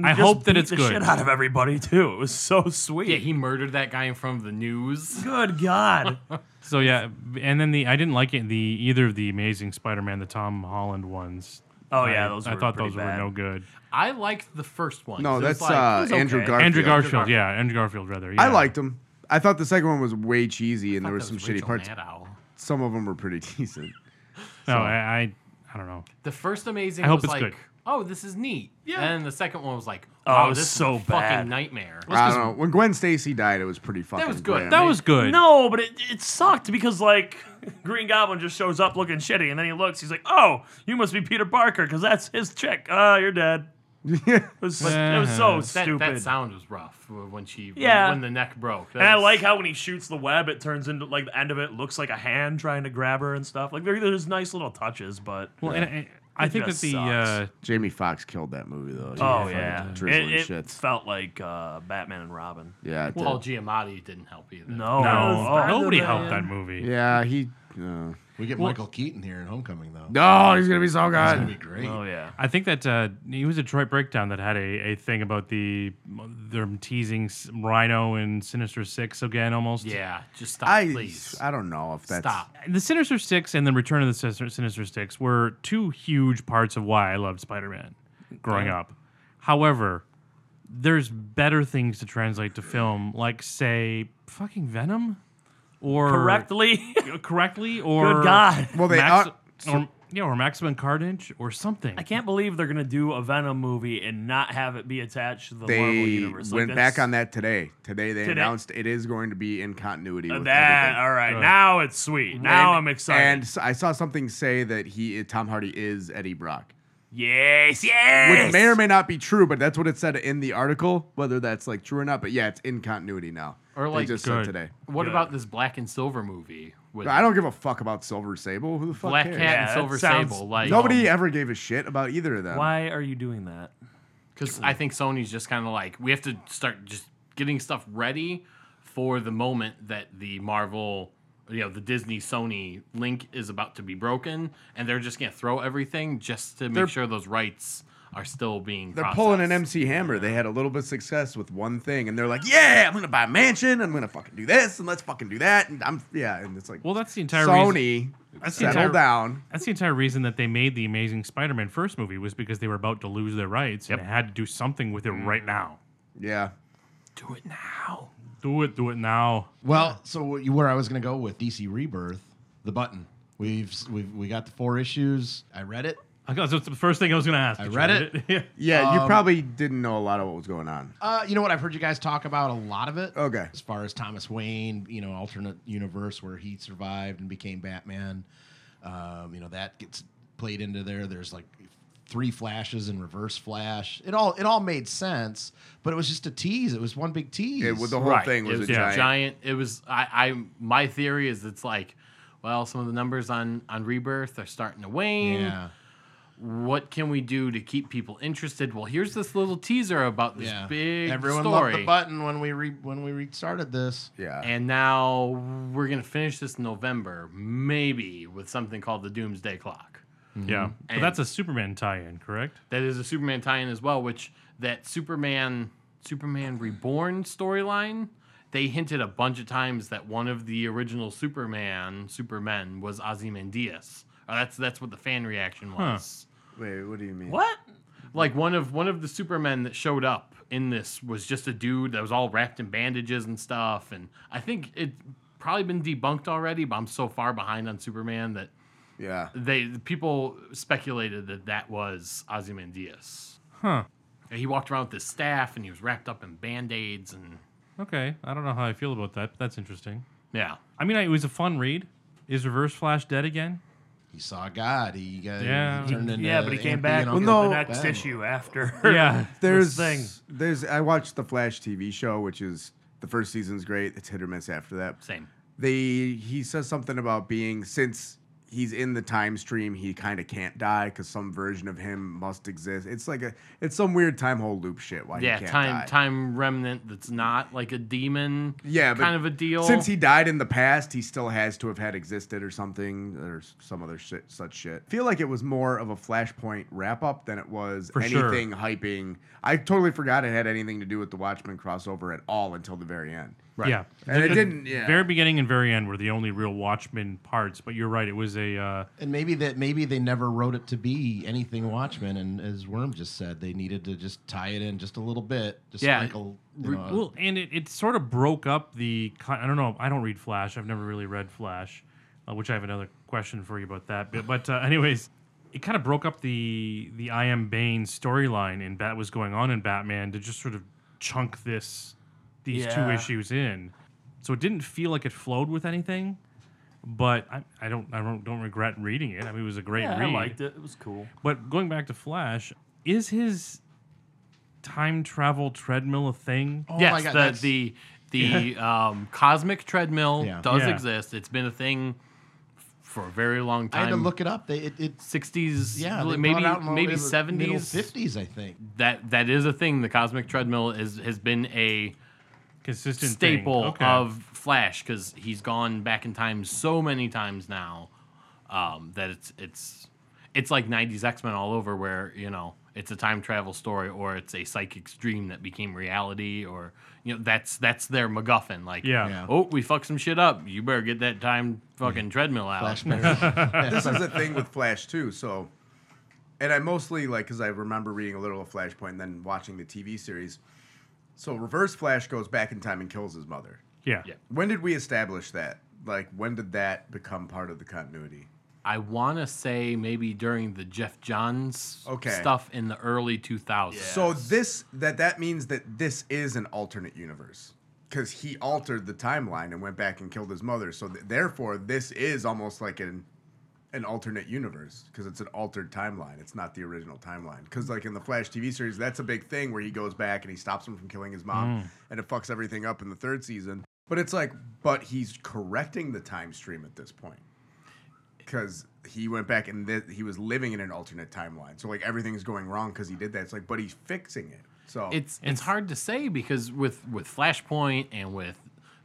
I
Just
hope that
beat
it's
the
good.
Shit out of everybody too. It was so sweet.
yeah, he murdered that guy in front of the news.
Good God.
So yeah, and then the I didn't like it the either of the Amazing Spider-Man, the Tom Holland ones.
Oh yeah,
I-
those.
I
were
thought
pretty
those
bad.
were no good.
I liked the first one.
No,
It was
that's
like- "Oh,
uh,
was
Andrew
okay.
Garfield.
Andrew Garfield,
Garfield.
yeah, Andrew Garfield rather.
I
yeah.
liked him. I thought the second one was way cheesy and there
I thought
were
that
some
was
shitty
Rachel
parts.
Maddow.
Some of them were pretty decent.
No, I, I I don't know.
The first Amazing
I hope
was
it's
like,
good.
oh, this is neat. Yeah. And the second one was like,
Oh, it
wow,
was
this
so
is a
bad.
fucking nightmare.
I don't know. When Gwen Stacy died, it was pretty fucking.
was good.
grim.
That was good.
No, but it, it sucked because like Green Goblin just shows up looking shitty, and then he looks. He's like, "Oh, you must be Peter Parker, because that's his chick. Ah, you're dead." It was, it was so
That,
stupid.
that sound was rough when she when-
Yeah.
when, the neck broke. That
and I
was-
like how when he shoots the web, it turns into like the end of it looks like a hand trying to grab her and stuff. Like there, there's nice little touches, but
Well, and I, I
It
think that
just
the
sucks.
uh,
Jamie Foxx killed that movie though.
oh
Fucking
yeah,
drizzling
it, it
shit.
felt like uh, Batman and Robin.
yeah, it did.
Paul Giamatti didn't help either.
No,
no,
Oh,
nobody
man.
helped that movie.
yeah, he. Uh,
We get Michael Keaton here in Homecoming though.
no, he's gonna be so
That'd
good.
be great.
Oh yeah.
I think that uh, he was a Detroit Breakdown that had a, a thing about the them teasing S- Rhino and Sinister Six again almost.
Yeah, just stop,
I
please.
I don't know if that's
stop.
The Sinister Six and the Return of the Sinister, Sinister Six were two huge parts of why I loved Spider Man growing up. However, there's better things to translate to film, like say fucking Venom, or uh,
Correctly.
correctly, or
Good God.
Well, they
Max-
are.
or, yeah, or Maximum Carnage or something.
I can't believe they're gonna do a Venom movie and not have it be attached to the Marvel
They
universe. Like,
went
that's-
back on that today. Today they
Today.
announced it is going to be in continuity. With
That
everything.
all right.
Good.
Now it's sweet. Now I'm excited.
And s- I saw something say that he Tom Hardy is Eddie Brock,
yes, yes.
which may or may not be true, but that's what it said in the article. Whether that's like true or not, but yeah, it's in continuity now.
Or
They
like-
just
Good.
said today.
What
Good.
about this Black and Silver movie with
I don't give a fuck about Silver Sable. Who the fuck
Black Cat
cares?
Yeah,
and
that
Silver
sounds
Sable? Like
Nobody ever gave a shit about either of them.
Why are you doing that?
because I think Sony's just kind of like we have to start just getting stuff ready for the moment that the Marvel, you know, the Disney Sony link is about to be broken, and they're just gonna throw everything just to make sure those rights are still being.
They're pulling an
processed.
MC Hammer. They had a little bit of success with one thing, and they're like, "Yeah, I'm gonna buy a mansion. I'm gonna fucking do this, and let's fucking do that." And I'm yeah, and it's like,
Well, that's the entire reason.
Sony,
the
settle
entire-
down.
That's the entire reason that they made the Amazing Spider-Man first movie was because they were about to lose their rights and they had to do something with it
Mm.
right now.
Yeah,
Do it now.
Do it, do it now.
Well, so what you- where I was going to go with DC Rebirth, the button. We've we've we got the four issues. I read it.
I guess that's the first thing I was going to ask.
I
Did you
read it.
Yeah.
Yeah, you probably didn't know a lot of what was going on.
Uh, you know what? I've heard you guys talk about a lot of it.
Okay.
As far as Thomas Wayne, you know, alternate universe where he survived and became Batman. Um, you know that gets played into there. There's like three flashes and reverse flash. It all it all made sense, but it was just a tease. It was one big tease.
It, was- the whole
Right.
thing
it
was,
was
a giant.
It was I, I. My theory is it's like, well, some of the numbers on on Rebirth are starting to wane.
yeah.
What can we do to keep people interested? Well, here's this little teaser about this
Yeah.
big
Everyone
story,
loved the button when we re- when we restarted this.
Yeah.
and now we're gonna finish this in November, maybe with something called the Doomsday Clock.
Mm-hmm.
Yeah. But
And-
that's a Superman tie-in, correct?
That is a Superman tie-in as well, which that Superman Superman Reborn storyline. They hinted a bunch of times that one of the original Superman Supermen was Ozymandias. Uh, that's that's what the fan reaction was.
Wait, what do you mean?
What?
Like one of one of the Supermen that showed up in this was just a dude that was all wrapped in bandages and stuff. And I think it probably been debunked already, but I'm so far behind on Superman that
Yeah.
they the people speculated that that was Ozymandias.
Huh.
And He walked around with his staff, and he was wrapped up in band aids, and
Okay. I don't know how I feel about that, but that's interesting.
yeah,
I mean, I, it was a fun read. Is Reverse Flash dead again?
He saw God. He got
Yeah.
he turned into
yeah, but he came
Aunt
back
Bee
with
and
Well,
Uncle
the
no.
next
Ben.
issue after.
Yeah.
There's
thing.
There's I watched the Flash TV show, which is the first season's great. It's hit or miss after that.
same.
They he says something about being since he's in the time stream, he kind of can't die because some version of him must exist. It's like a it's some weird time hole loop shit. Why
Yeah,
he can't
time
die.
time remnant that's not like a demon.
Yeah, but
kind of a deal.
Since he died in the past, he still has to have had existed or something or s- some other shit, such shit. feel like it was more of a Flashpoint wrap up than it was
For sure.
anything hyping. I totally forgot it had anything to do with the Watchmen crossover at all until the very end. Right.
Yeah.
And it
The-
didn't- yeah.
Very beginning and very end were the only real Watchmen parts, but you're right. It was a. Uh,
And maybe that maybe they never wrote it to be anything Watchmen, and as Worm just said, they needed to just tie it in just a little bit, just
Yeah.
sprinkle. You
Re-
Uh,
know,
well, and it, it sort of broke up the. con- I don't know. I don't read Flash. I've never really read Flash, uh, which I have another question for you about that. But, but uh, anyways, it kind of broke up the the I am Bane storyline and that was going on in Batman to just sort of chunk this these two
Yeah.
issues in. So it didn't feel like it flowed with anything. But I, I don't I don't, don't regret reading it. I mean, it was a great
Yeah,
read.
I liked it. It was cool.
But going back to Flash, is his time travel treadmill a thing?
oh
yes,
my God,
the
that's-
the the um, cosmic treadmill
Yeah.
does
Yeah.
exist. It's been a thing for a very long
I
time.
had to look it up. They it, it
60s,
yeah, they brought
um, maybe
it out in the
maybe
middle-
70s.
fifties, I think.
That that is a thing. The cosmic treadmill is has been a
Consistent thing.
staple
Okay.
of Flash because he's gone back in time so many times now um, that it's it's it's like '90s X Men all over, where you know it's a time travel story or it's a psychic's dream that became reality, or you know that's that's their MacGuffin. Like,
Yeah.
Yeah.
oh, we fucked some shit up. You better get that time fucking treadmill out.
Flash Mason.
this is the thing with Flash too. So, and I mostly like because I remember reading a little of Flashpoint and then watching the TV series. So Reverse Flash goes back in time and kills his mother.
yeah.
Yeah.
When did we establish that? Like, when did that become part of the continuity?
I want to say maybe during the Jeff Johns
Okay.
stuff in the early 2000s.
So this that that means that this is an alternate universe because he altered the timeline and went back and killed his mother. So th- therefore, this is almost like an an alternate universe because it's an altered timeline. It's not the original timeline. Because like in the Flash TV series, that's a big thing where he goes back and he stops him from killing his mom,
Mm.
and it fucks everything up in the third season. But it's like, but he's correcting the time stream at this point because he went back and th- he was living in an alternate timeline. So like everything's going wrong because he did that. It's like, but he's fixing it. So
it's it's hard to say because with with Flashpoint and with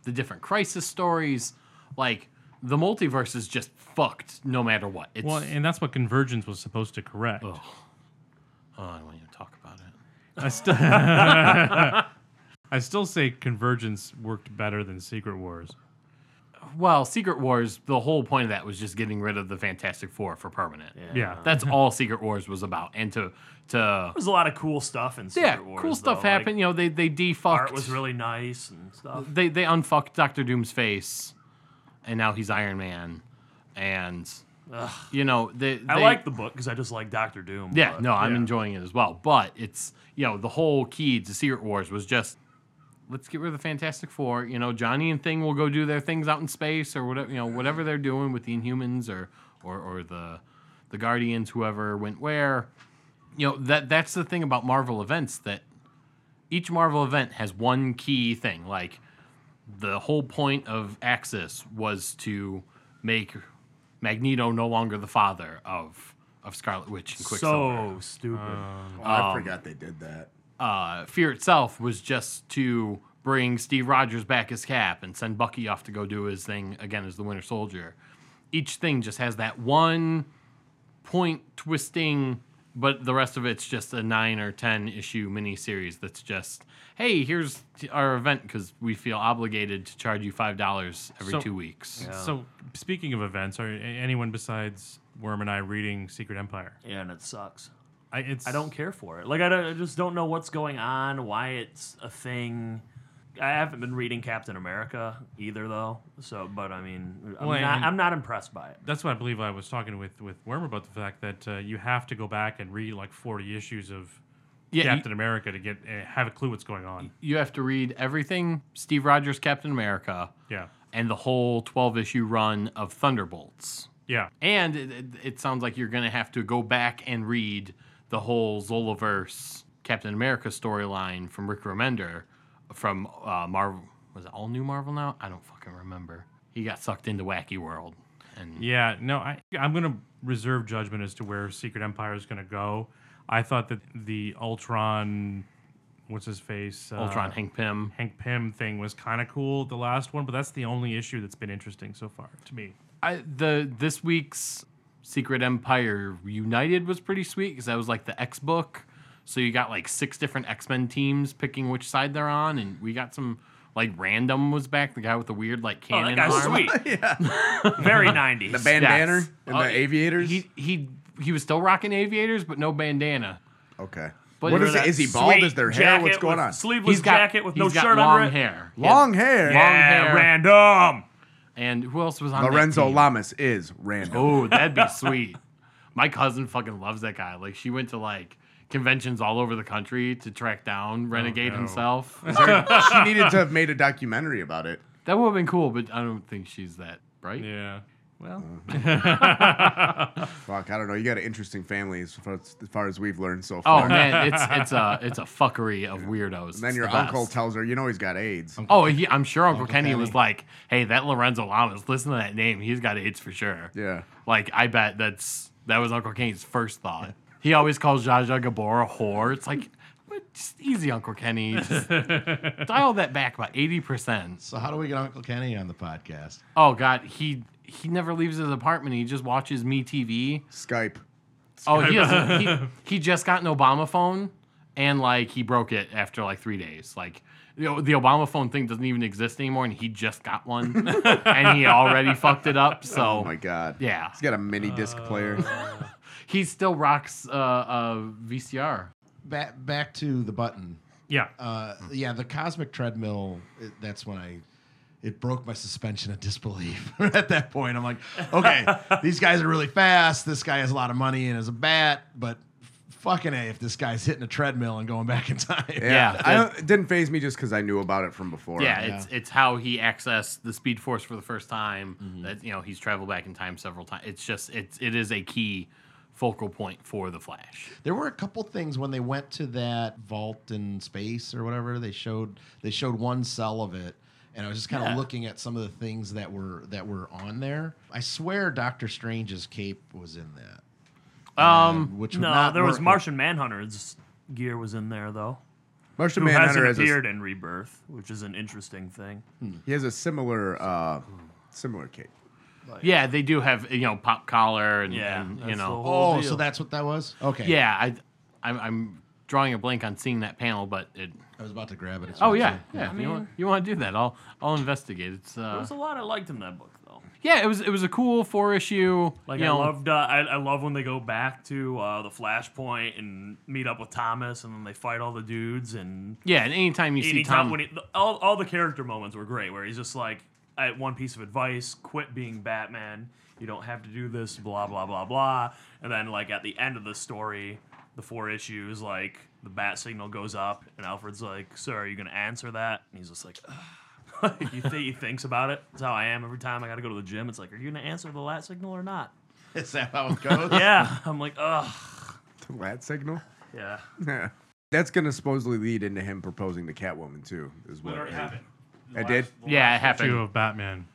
the different crisis stories, like the multiverse is just fucked no matter what. It's
Well, and that's what Convergence was supposed to correct.
oh, I don't want you to talk about it.
I still I still say Convergence worked better than Secret Wars.
Well, Secret Wars, the whole point of that was just getting rid of the Fantastic Four for permanent.
Yeah.
That's all Secret Wars was about. And to to
There was a lot of cool stuff in Secret
yeah,
Wars.
cool stuff
though, like,
happened. you know, they they defucked.
Art was really nice and stuff.
they they unfucked Doctor Doom's face, and now he's Iron Man. and you know they,
I
they-
like the book because I just like Doctor Doom.
yeah
but-
no I'm enjoying it as well but it's you know the whole key to Secret Wars was just let's get rid of the Fantastic Four you know Johnny and Thing will go do their things out in space or whatever you know whatever they're doing with the Inhumans or or or the the Guardians whoever went where you know that that's the thing about Marvel events that each Marvel event has one key thing like the whole point of Axis was to make Magneto no longer the father of of Scarlet Witch and Quicksilver.
So stupid.
Oh,
um,
I forgot they did that.
uh, Fear itself was just to bring Steve Rogers back as Cap and send Bucky off to go do his thing again as the Winter Soldier. Each thing just has that one point twisting, but the rest of it's just a nine or ten issue miniseries that's just, hey, here's t- our event because we feel obligated to charge you five dollars every
So-
two weeks.
So speaking of events, are a- anyone besides Worm and I reading Secret Empire?
yeah, and it sucks.
I it's
I don't care for it. Like I, don't- I just don't know what's going on, why it's a thing. I haven't been reading Captain America either, though. So, but I mean, I'm,
Well,
not,
and-
I'm not impressed by it.
That's what I believe I was talking with with Worm about the fact that uh, you have to go back and read like forty issues of
Yeah, you-
Captain America to get uh, have a clue what's going on.
you have to read everything Steve Rogers, Captain America,
Yeah,
and the whole 12 issue run of Thunderbolts.
yeah.
And it, it, it sounds like you're going to have to go back and read the whole Zolaverse Captain America storyline from Rick Remender from uh, Marvel. Was it all new Marvel now? I don't fucking remember. He got sucked into Wacky World. And
Yeah, no, I, I'm going to reserve judgment as to where Secret Empire is going to go. I thought that the Ultron, what's his face? Uh,
Ultron Hank Pym.
Hank Pym thing was kind of cool, the last one, but that's the only issue that's been interesting so far to me.
I, the this week's Secret Empire United was pretty sweet because that was like the X book, so you got like six different X Men teams picking which side they're on, and we got some like random was back the guy with the weird like
Oh,
cannon
that guy's
arm.
sweet. Very 90s.
The band
Yes.
banner and
Oh,
the aviators.
He he he was still rocking aviators, but no bandana.
okay.
But
what
you
is
know
it?
that
Is he bald?
Sweet
Is there hair? What's
jacket
going
with
on?
Sleeveless
got
jacket with no
he's got
shirt
long
under it.
hair. He has-
Long hair.
Yeah,
hair.
random.
And who else was on that
Lorenzo
team?
Lamas is random.
Oh, that'd be sweet. My cousin fucking loves that guy. Like she went to like conventions all over the country to track
Oh,
down Renegade
no.
himself. Oh.
she needed to have made a documentary about it.
That would have been cool, but I don't think she's that bright.
Yeah. Well,
Fuck, I don't know. You got an interesting family as far as, as, far as we've learned so far.
Oh man, it's it's a it's a fuckery of weirdos.
And then
It's
your
the best.
uncle tells her, you know, he's got AIDS.
Oh, he, I'm sure Uncle, Kenny,
Kenny.
was like, "Hey, that Lorenzo Lamas. Listen to that name. He's got AIDS for sure."
Yeah.
Like I bet that's that was Uncle Kenny's first thought. He always calls Zsa Zsa Gabor a whore. It's like, but just easy, Uncle Kenny. Just dial that back by eighty percent.
So how do we get Uncle Kenny on the podcast?
Oh God, he he never leaves his apartment. He just watches me TV.
Skype.
Oh, he, doesn't- he he just got an Obama phone, and like he broke it after like three days. Like you know, the Obama phone thing doesn't even exist anymore, and he just got one, and he already fucked it up. So
Oh my God.
yeah,
He's got a mini disc player.
he still rocks uh, uh, VCR.
Back back to the button.
yeah.
Uh,
Hmm.
yeah, the cosmic treadmill. It, that's when I. It broke my suspension of disbelief. At that point, I'm like, okay, these guys are really fast. This guy has a lot of money and is a bat, but fucking a if this guy's hitting a treadmill and going back in time.
Yeah.
I don't, it didn't phase me just because I knew about it from before.
Yeah, it's it's how he accessed the Speed Force for the first time. That you know he's traveled back in time several times. It's just it's it is a key focal point for the Flash.
There were a couple things when they went to that vault in space or whatever. They showed they showed one cell of it, and I was just kind of
Yeah.
looking at some of the things that were that were on there. I swear, Doctor Strange's cape was in that. Um, which would
No,
not
there was
work.
Martian Manhunter's gear was in there though.
Martian
Who
Manhunter
hasn't
has
appeared
a,
in Rebirth, which is an interesting thing.
he has a similar uh, similar cape.
Yeah, they do have you know pop collar and,
Yeah,
and, you
that's the
know
whole
Oh,
deal.
so that's what that was. Okay,
Yeah, I, I'm, I'm drawing a blank on seeing that panel, but it.
I was about to grab it. It's
Oh
not
yeah,
true.
yeah. if you, want, you want to do that? I'll I'll investigate. It's
There
uh,
was a lot I liked in that book though.
yeah. It was it was a cool four issue.
Like
you
I
know,
loved, uh, I, I love when they go back to uh, the Flashpoint and meet up with Thomas, and then they fight all the dudes. And
Yeah, and anytime you see
anytime
Tom,
when he, the- all all the character moments were great, where he's just like, I had one piece of advice: quit being Batman. You don't have to do this, blah blah blah blah. And then like at the end of the story, the four issues, like the bat signal goes up, and Alfred's like, "Sir, are you gonna answer that?" And he's just like. Ugh. you think he thinks about it? That's how I am every time I got to go to the gym. It's like, are you gonna answer the lat signal or not?
Is that how it goes?
Yeah, I'm like, ugh,
The lat signal.
yeah.
Yeah. That's gonna supposedly lead into him proposing to Catwoman too. Is what I- I did.
Yeah, it
Two
happened.
of Batman.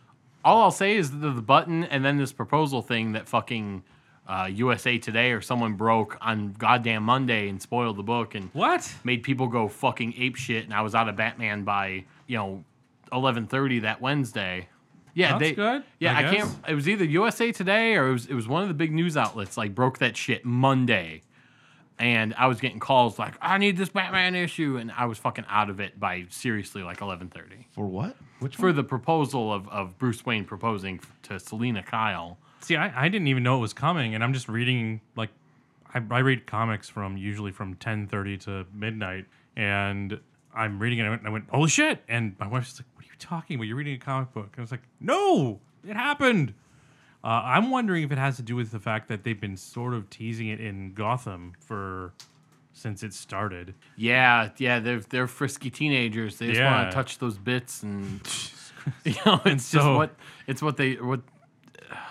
All I'll say is the, the button and then this proposal thing that fucking uh, USA Today or someone broke on goddamn Monday and spoiled the book and
What?
made people go fucking ape shit. And I was out of Batman by you know eleven thirty that Wednesday. Yeah,
That's
they.
good,
Yeah,
I
I, can't. It was either USA Today or it was it was one of the big news outlets like broke that shit Monday, and I was getting calls like I need this Batman issue, and I was fucking out of it by seriously like eleven thirty
For what? Which
for the proposal of, of Bruce Wayne proposing to Selena Kyle.
See, I, I didn't even know it was coming, and I'm just reading like I, I read comics from usually from 10:30 to midnight, and I'm reading it. And I went, I went, oh shit! And my wife's just like, "What are you talking about? You're reading a comic book?" And I was like, "No, it happened." Uh, I'm wondering if it has to do with the fact that they've been sort of teasing it in Gotham for since it started.
Yeah, yeah, they're they're frisky teenagers. They just want
Yeah.
to touch those bits and you know, it's just
So-
what it's what they what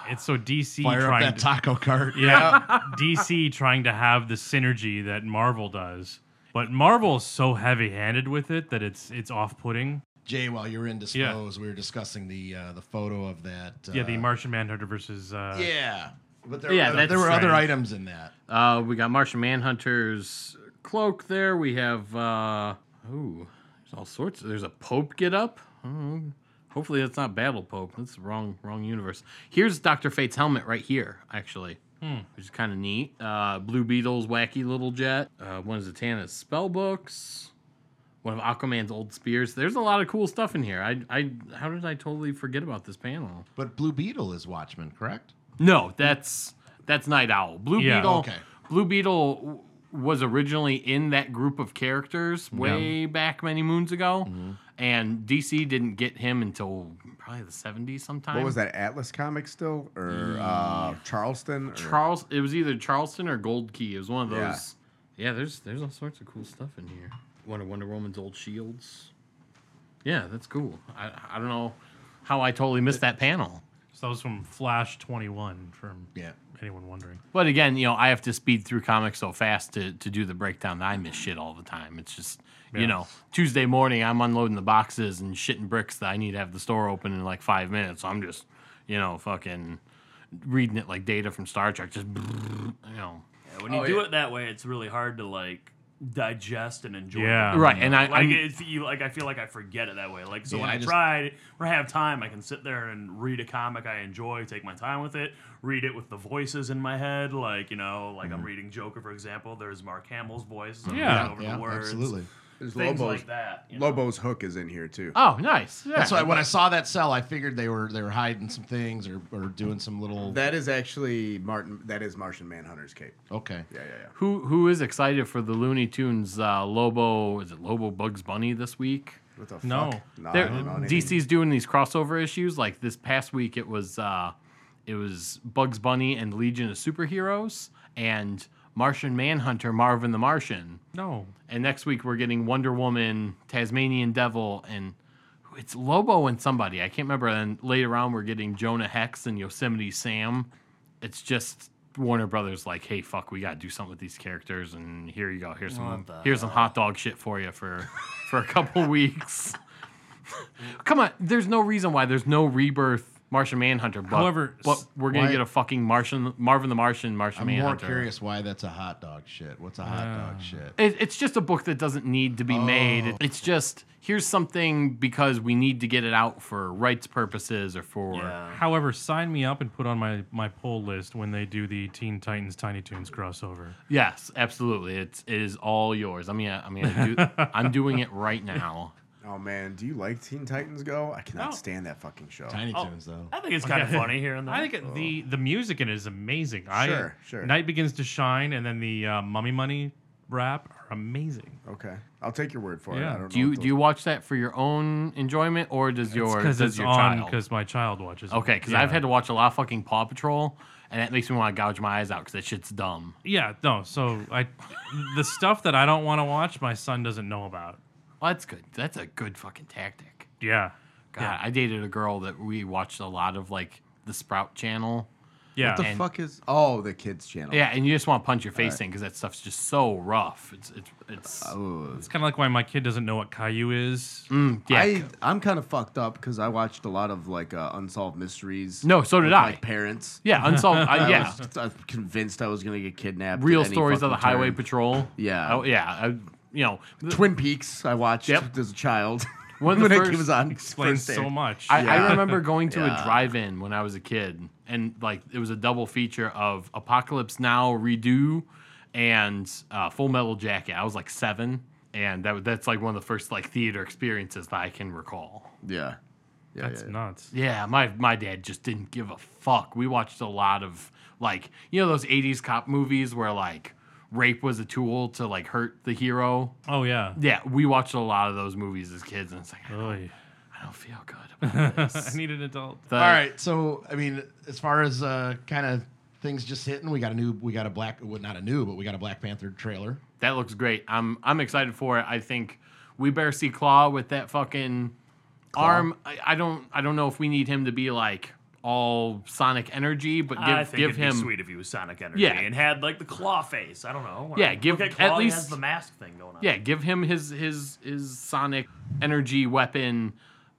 It's so DC
Fire up
trying
that
to
taco cart.
Yeah. DC trying to have the synergy that Marvel does. But Marvel's so heavy-handed with it that it's it's off-putting.
Jay, while you're indisposed, we were discussing the uh, the photo of that. Uh,
yeah, the Martian Manhunter versus uh,
Yeah, but there,
Yeah,
were, there
that's
were other
right.
items in that.
uh we got Martian Manhunter's cloak there. We have uh ooh, there's all sorts. There's a Pope get up. Hmm, Hopefully that's not Battle Pope. That's the wrong wrong universe. Here's Doctor Fate's helmet right here, actually, which is kind of neat. Uh, Blue Beetle's wacky little jet. Uh, one of Zatanna's spell books. One of Aquaman's old spears. There's a lot of cool stuff in here. I I how did I totally forget about this panel?
But Blue Beetle is Watchmen, correct?
No, that's that's Night Owl. Blue
Yeah.
Beetle.
Okay.
Blue Beetle w- was originally in that group of characters way back many moons ago, and DC didn't get him until probably the '70s sometime.
What was that Atlas comic still or uh, Charleston? Or,
Charles. It was either Charleston or Gold Key. It was one of
Yeah.
those. Yeah, there's there's all sorts of cool stuff in here. One of Wonder Woman's old shields. Yeah, that's cool. I I don't know how I totally missed that panel.
so that was from Flash 21 from
Yeah.
anyone wondering.
But again, you know, I have to speed through comics so fast to, to do the breakdown that I miss shit all the time. It's just, you
Yeah.
know, Tuesday morning I'm unloading the boxes and shitting bricks that I need to have the store open in like five minutes. So I'm just, you know, fucking reading it like data from Star Trek. Just, you know.
Yeah, when you
Oh,
do
yeah.
it that way, it's really hard to like digest and enjoy.
Yeah.
it.
Um,
right. And I,
Like
I'm-
it's, you, like I feel like I forget it that way. Like so,
Yeah,
when
I
I,
just-
try or have time, I can sit there and read a comic I enjoy, take my time with it, read it with the voices in my head. Like you know, like I'm reading Joker for example. There's Mark Hamill's voice. so I'm
Yeah.
reading over the words,
absolutely.
There's
Things
Lobo's,
like that. you know?
Lobo's hook is in here too.
oh, nice. Yeah.
That's why when I saw that cell, I figured they were they were hiding some things or, or doing some little.
That is actually Martin. That is Martian Manhunter's cape.
okay.
Yeah, yeah, yeah.
Who, who is excited for the Looney Tunes uh, Lobo? Is it Lobo Bugs Bunny this week?
What the fuck?
No.
Nah,
They're-
I don't know anything.
DC's doing these crossover issues. Like this past week, it was uh, it was Bugs Bunny and Legion of Superheroes and Martian Manhunter, Marvin the Martian.
No.
And next week we're getting Wonder Woman, Tasmanian Devil, and it's Lobo and somebody I can't remember. And later on, we're getting Jonah Hex and Yosemite Sam. It's just Warner Brothers like, hey, fuck, we gotta do something with these characters, and here you go, here's some here's some hot dog shit for you for for a couple weeks. Come on, there's no reason why there's no rebirth Martian Manhunter. But,
However,
but
s-
we're gonna
why-
get a fucking Martian Marvin the Martian Martian
I'm more
Manhunter.
curious why that's a hot dog shit. What's a hot dog shit?
It, it's just a book that doesn't need to be made.
Oh.
It's just here's something because we need to get it out for rights purposes or for.
Yeah.
However, sign me up and put on my my poll list when they do the Teen Titans Tiny Toons crossover.
Yes, absolutely. It's it is all yours. I mean, I, I mean, I do, I'm doing it right now.
Oh man, do you like Teen Titans Go? I cannot stand that fucking show.
Tiny Toons though.
I think it's kind of funny here and there.
I think it- the the music in it is amazing. I,
Sure, sure.
Night begins to shine, and then the uh, Mummy Money rap are amazing.
Okay, I'll take your word for it.
Yeah.
I don't
Do
know
you
if
do you watch that for your own enjoyment or does your
Because
does
it's,
your
on
child?
because my child watches. it.
Okay, because
Yeah.
I've had to watch a lot of fucking Paw Patrol, and that makes me want to gouge my eyes out because that shit's dumb.
Yeah, no. So I, the stuff that I don't want to watch, my son doesn't know about.
Well, that's good. That's a good fucking tactic.
Yeah,
God, I dated a girl that we watched a lot of like the Sprout Channel.
yeah.
those- What the
and-
fuck is? Oh, the kids channel.
Yeah, and you just want to punch your face in because that stuff's just so rough. It's it's it's
Ugh.
it's kind of like why my kid doesn't know what Caillou is.
mm, yeah.
I I'm kind of fucked up because I watched a lot of like uh, unsolved mysteries.
No, so did
with my
I.
parents.
yeah, unsolved. I,
I
yeah,
was, I was convinced I was gonna get kidnapped. at
real
any
stories of the
fucking
Highway
turn.
Patrol.
Yeah.
oh yeah. I, you know, th-
Twin Peaks. I watched
Yep.
as a child
One of the
when
first-
it was on.
Explains
first day.
so much.
I,
Yeah.
I remember going to
Yeah.
a drive-in when I was a kid, and like it was a double feature of Apocalypse Now redo and uh, Full Metal Jacket. I was like seven, and that was- that's like one of the first like theater experiences that I can recall.
Yeah. Yeah,
That's
yeah,
nuts.
Yeah, my my dad just didn't give a fuck. We watched a lot of like you know those '80s cop movies where like rape was a tool to like hurt the hero.
Oh yeah.
Yeah, we watched a lot of those movies as kids, and it's like I
Oy.
don't feel good. About
I
this.
need an adult.
The-
All right, so I mean, as far as uh, kind of things just hitting, we got a new, we got a black, well, not a new, but we got a Black Panther trailer.
That looks great. I'm I'm excited for it. I think we better see Claw with that fucking arm. I, I don't I don't know if we need him to be like all sonic energy, but give
I think
give
it'd
him
be sweet if he was Sonic Energy
Yeah.
and had like the claw face. I don't know.
Yeah,
Look
give-
at, claw,
at
he
least-
has the mask thing going on.
yeah, give him his his his sonic energy weapon.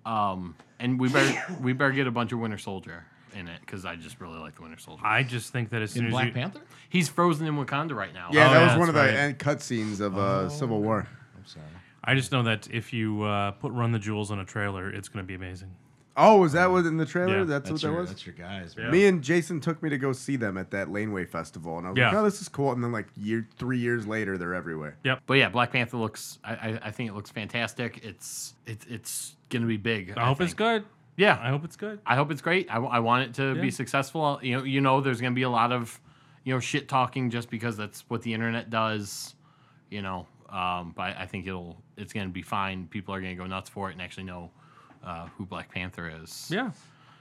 Um, and we better we better get a bunch of Winter Soldier in it because I just really like the Winter Soldier.
I just think that as soon
In
as
Black
you,
Panther.
He's frozen in Wakanda right now.
Yeah,
Oh,
that
yeah,
was one of the
that's right.
end cutscenes of uh, Civil War.
I'm sorry.
I just know that if you uh, put Run the Jewels on a trailer, it's going to be amazing.
Oh, was that was in the trailer?
Yeah,
that's, what that
your,
was.
That's your guys. Man.
Me and Jason took me to go see them at that Laneway Festival, and I was like,
Yeah.
"Oh, this is cool." And then, like, year three years later, they're everywhere.
But yeah, Black Panther looks. I, I, I think it looks fantastic. It's it's it's gonna be big.
I, hope it's
think.
good.
Yeah,
I hope it's good.
I hope it's great. I, w- I want it to
Yeah.
be successful. You know, you know, there's gonna be a lot of, you know, shit talking just because that's what the internet does. You know, um, but I think it'll it's gonna be fine. People are gonna go nuts for it and actually know uh, who Black Panther is.
Yeah.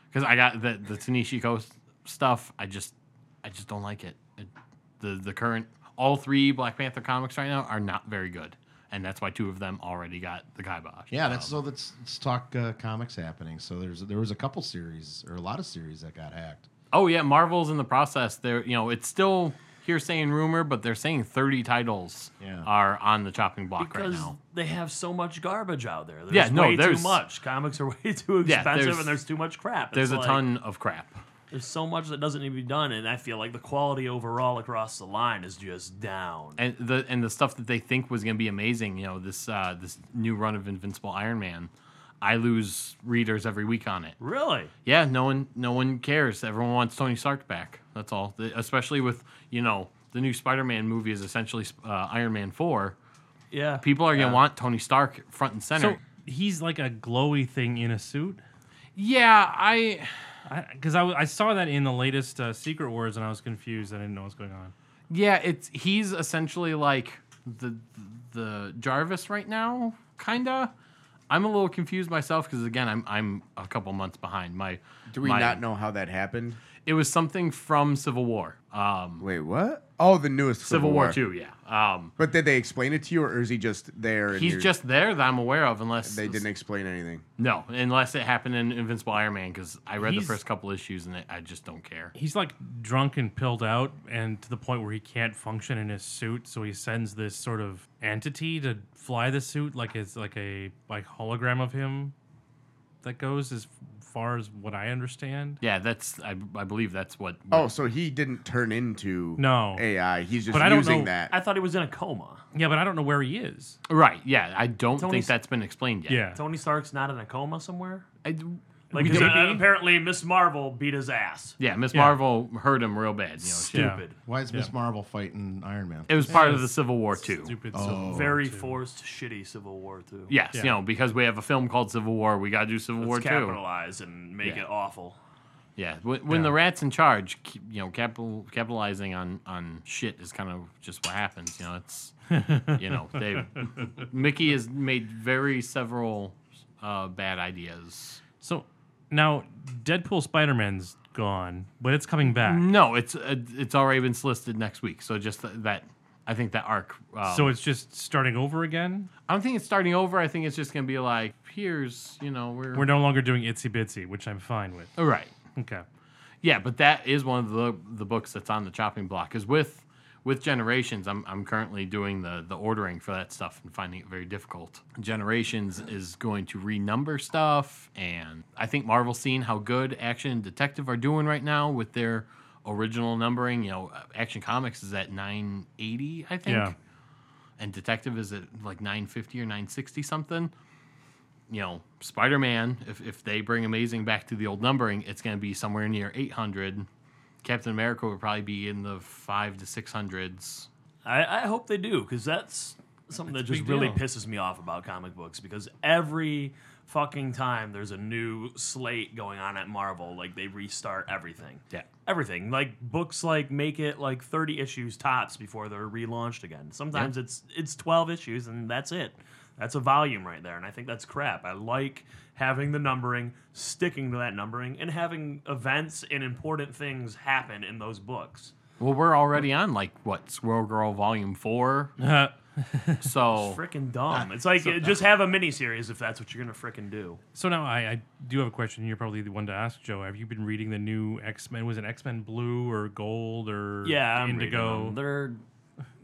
Because I got the the Tanishi Coast stuff. I just I just don't like it. it. The the current all three Black Panther comics right now are not very good, and that's why two of them already got the kibosh.
Yeah, that's
Um,
so. Let's, let's talk uh, comics happening. So there's there was a couple series or a lot of series that got hacked.
Oh yeah, Marvel's in the process. They're you know it's still hearsay and rumor, but they're saying thirty titles
Yeah.
are on the chopping block
Because
right now.
they have so much garbage out there. There's
Yeah, no,
way
there's-
too much. Comics are way too expensive,
Yeah, there's-
and there's too much crap. It's
There's a
like,
ton of crap.
There's so much that doesn't need to be done, and I feel like the quality overall across the line is just down.
and the and the stuff that they think was going to be amazing. You know, this uh, this new run of Invincible Iron Man, I lose readers every week on it.
really?
Yeah, no one no one cares. Everyone wants Tony Stark back. That's all. The- especially with you know the new Spider-Man movie is essentially uh, Iron Man four.
Yeah.
People are going to want Tony Stark front and
So
center.
he's like a glowy thing in a suit.
yeah, I.
Because I, w- I saw that in the latest uh, Secret Wars and I was confused. I didn't know what's going on.
Yeah, it's he's essentially like the the Jarvis right now, kinda. I'm a little confused myself because again, I'm I'm a couple months behind. My
Do we
my-
not know how that happened?
It was something from Civil War, um,
Wait, what? Oh, the newest
Civil War Two, yeah. Um,
But did they explain it to you, or is he just there? And
he's
you're-
just there that I'm aware of, unless
They didn't explain anything.
No, unless it happened in Invincible Iron Man because I read
He's-
the first couple issues and I just don't care.
He's like drunk and pilled out and to the point where he can't function in his suit. So he sends this sort of entity to fly the suit like it's like a like hologram of him that goes as far as what I understand.
Yeah, that's I, I believe that's what.
Oh, so he didn't turn into
No.
AI. He's just
But I don't
using
know-
that.
I thought he was in a coma.
Yeah, but I don't know where he is.
right. Yeah, I don't think
Tony's-
that's been explained yet.
Yeah.
Tony Stark's not in a coma somewhere.
I,
Like,
we
'cause,
don't-
uh, apparently, Miss Marvel beat his ass.
Yeah, Miss
Yeah.
Marvel hurt him real bad. You know, she-
Yeah.
Stupid.
Why is Miss
Yeah.
Marvel fighting Iron Man?
It was part of the Civil War too.
Stupid.
Oh.
Very forced, shitty Civil War too.
Yes,
Yeah.
you know, because we have a film called Civil War, we got to do Civil
Let's
War too.
capitalize and make
Yeah.
it awful.
Yeah, when, when the rat's in charge, keep- you know, capital capitalizing on on shit is kind of just what happens. You know, it's you know they Mickey has made very several uh, bad ideas.
So now Deadpool Spider Man's gone, but it's coming back.
No, it's uh, it's already been solicited next week. So just th- that I think that arc. Um,
So it's just starting over again.
I don't think it's starting over. I think it's just gonna be like here's you know we're,
We're no longer doing Itsy Bitsy, which I'm fine with.
all right.
Okay.
Yeah, but that is one of the the books that's on the chopping block. Because with with generations, I'm I'm currently doing the the ordering for that stuff and finding it very difficult. Generations is going to renumber stuff, and I think Marvel's seen how good Action and Detective are doing right now with their original numbering. You know, Action Comics is at 980, I think
Yeah.
and Detective is at like 950 or 960 something. You know, Spider Man, if, if they bring Amazing back to the old numbering, it's going to be somewhere near 800. Captain America would probably be in the five to 600s.
I, I hope they do because that's something that
a
just
big
really
deal.
pisses me off about comic books because every fucking time there's a new slate going on at Marvel, like they restart everything.
Yeah.
Everything. Like books like make it like 30 issues tops before they're relaunched again. Sometimes it's it's 12 issues and that's it. That's a volume right there and I think that's crap. I like having the numbering, sticking to that numbering and having events and important things happen in those books.
Well, we're already on like what, Squirrel Girl Volume 4.
Uh,
So,
freaking dumb. It's like uh, just have a mini series if that's what you're gonna freaking do.
so now I, I do have a question. You're probably the one to ask, Joe. Have you been reading the new X Men? Was it X Men Blue or Gold or
Yeah, I'm
Indigo?
reading them. They're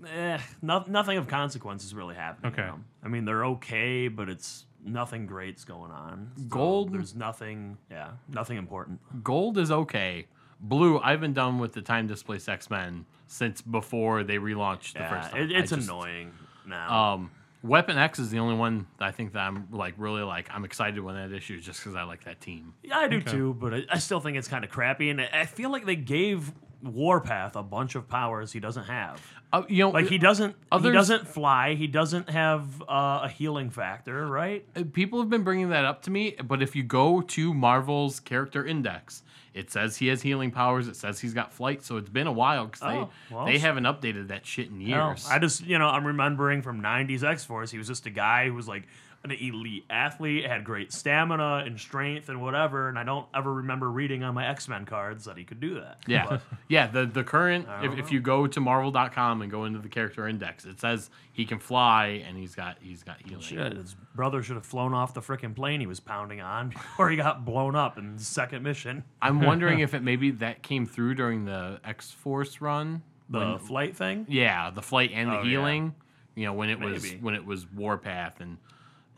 eh, no, nothing of consequence is really happening. in
Okay.
them. I mean they're okay, but it's nothing great's going on. So
Gold-
There's nothing. Yeah, nothing important.
gold is okay. Blue, I've been done with the time displaced X Men since before they relaunched the
Yeah,
first time.
it-
I
it's
just-
annoying now.
Um, Weapon X is the only one that I think that I'm like really like I'm excited when that issue just because I like that team.
yeah, I do too, but I, I still think it's kind of crappy, and I, I feel like they gave Warpath a bunch of powers he doesn't have.
Uh, you know,
Like he doesn't.
Others-
he doesn't fly. He doesn't have uh, a healing factor, right?
uh, people have been bringing that up to me, but if you go to Marvel's character index, it says he has healing powers. It says he's got flight, so it's been a while because
Oh,
they
well,
they
s-
haven't updated that shit in
No,
years.
I just, you know, I'm remembering from 90s X Force, he was just a guy who was like an elite athlete, had great stamina and strength and whatever. And I don't ever remember reading on my X Men cards that he could do that.
yeah,
But
yeah. The the current if,
don't
if you go to Marvel.com and go into the character index, it says he can fly and he's got he's got healing.
shit, his brother should have flown off the freaking plane he was pounding on before he got blown up in the second mission.
I'm wondering if it maybe that came through during the X Force run.
The flight thing?
Yeah, the flight and the
Oh, yeah.
healing. You know, when it was
Maybe.
when it was Warpath and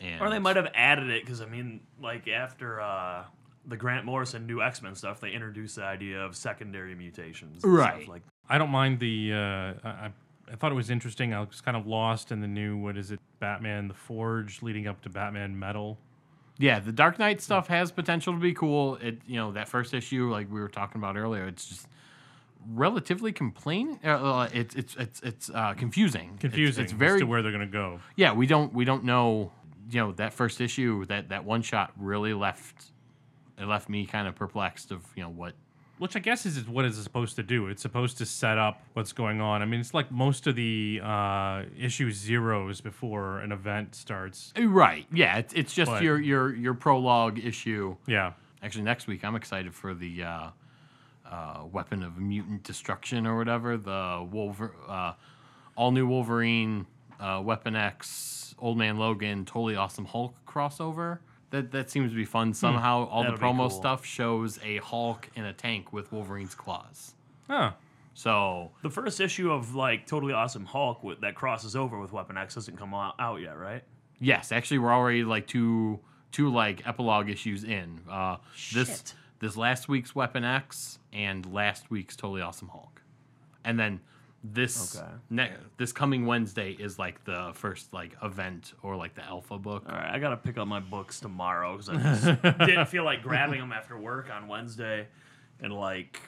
and
Or they might have added it because, I mean, like after uh, the Grant Morrison new X Men stuff, they introduced the idea of secondary mutations. and stuff
Right.
like
I don't mind the. Uh, I, I- I thought it was interesting. I was kind of lost in the new. What is it? Batman: The Forge, leading up to Batman Metal.
Yeah, the Dark
Hmm.
Knight stuff has potential to be cool. It you know, that first issue like we were talking about earlier, it's just relatively complain uh, uh, it's it's it's it's uh, confusing. It's-
Confusing.
It's, very
as to where they're gonna go.
Yeah, we don't we don't know, you know, that first issue that that one shot really left it left me kind of perplexed of, you know, what
which I guess is what it's supposed to do. It's supposed to set up what's going on. I mean, it's like most of the uh, issue zeros before an event starts.
Right. Yeah, it's, it's just
But-
your your your prologue issue.
Yeah,
Actually, next week I'm excited for the uh, uh, weapon of mutant destruction or whatever the Wolver- uh, all new Wolverine, uh, Weapon X, Old Man Logan, totally awesome Hulk crossover. That that seems to be fun somehow. all the
Hmm. That'll be
promo
cool.
stuff shows a Hulk in a tank with Wolverine's claws.
huh.
So
The first issue of like Totally Awesome Hulk with, that crosses over with Weapon X hasn't come out, out yet, right?
Yes, actually, we're already like two two like epilogue issues in. Uh, this
Shit.
this last week's Weapon X and last week's Totally Awesome Hulk, and then this
Okay.
ne- this coming Wednesday is like the first like event or like the alpha book.
All right, I gotta pick up my books tomorrow because I just didn't feel like grabbing them after work on Wednesday, and like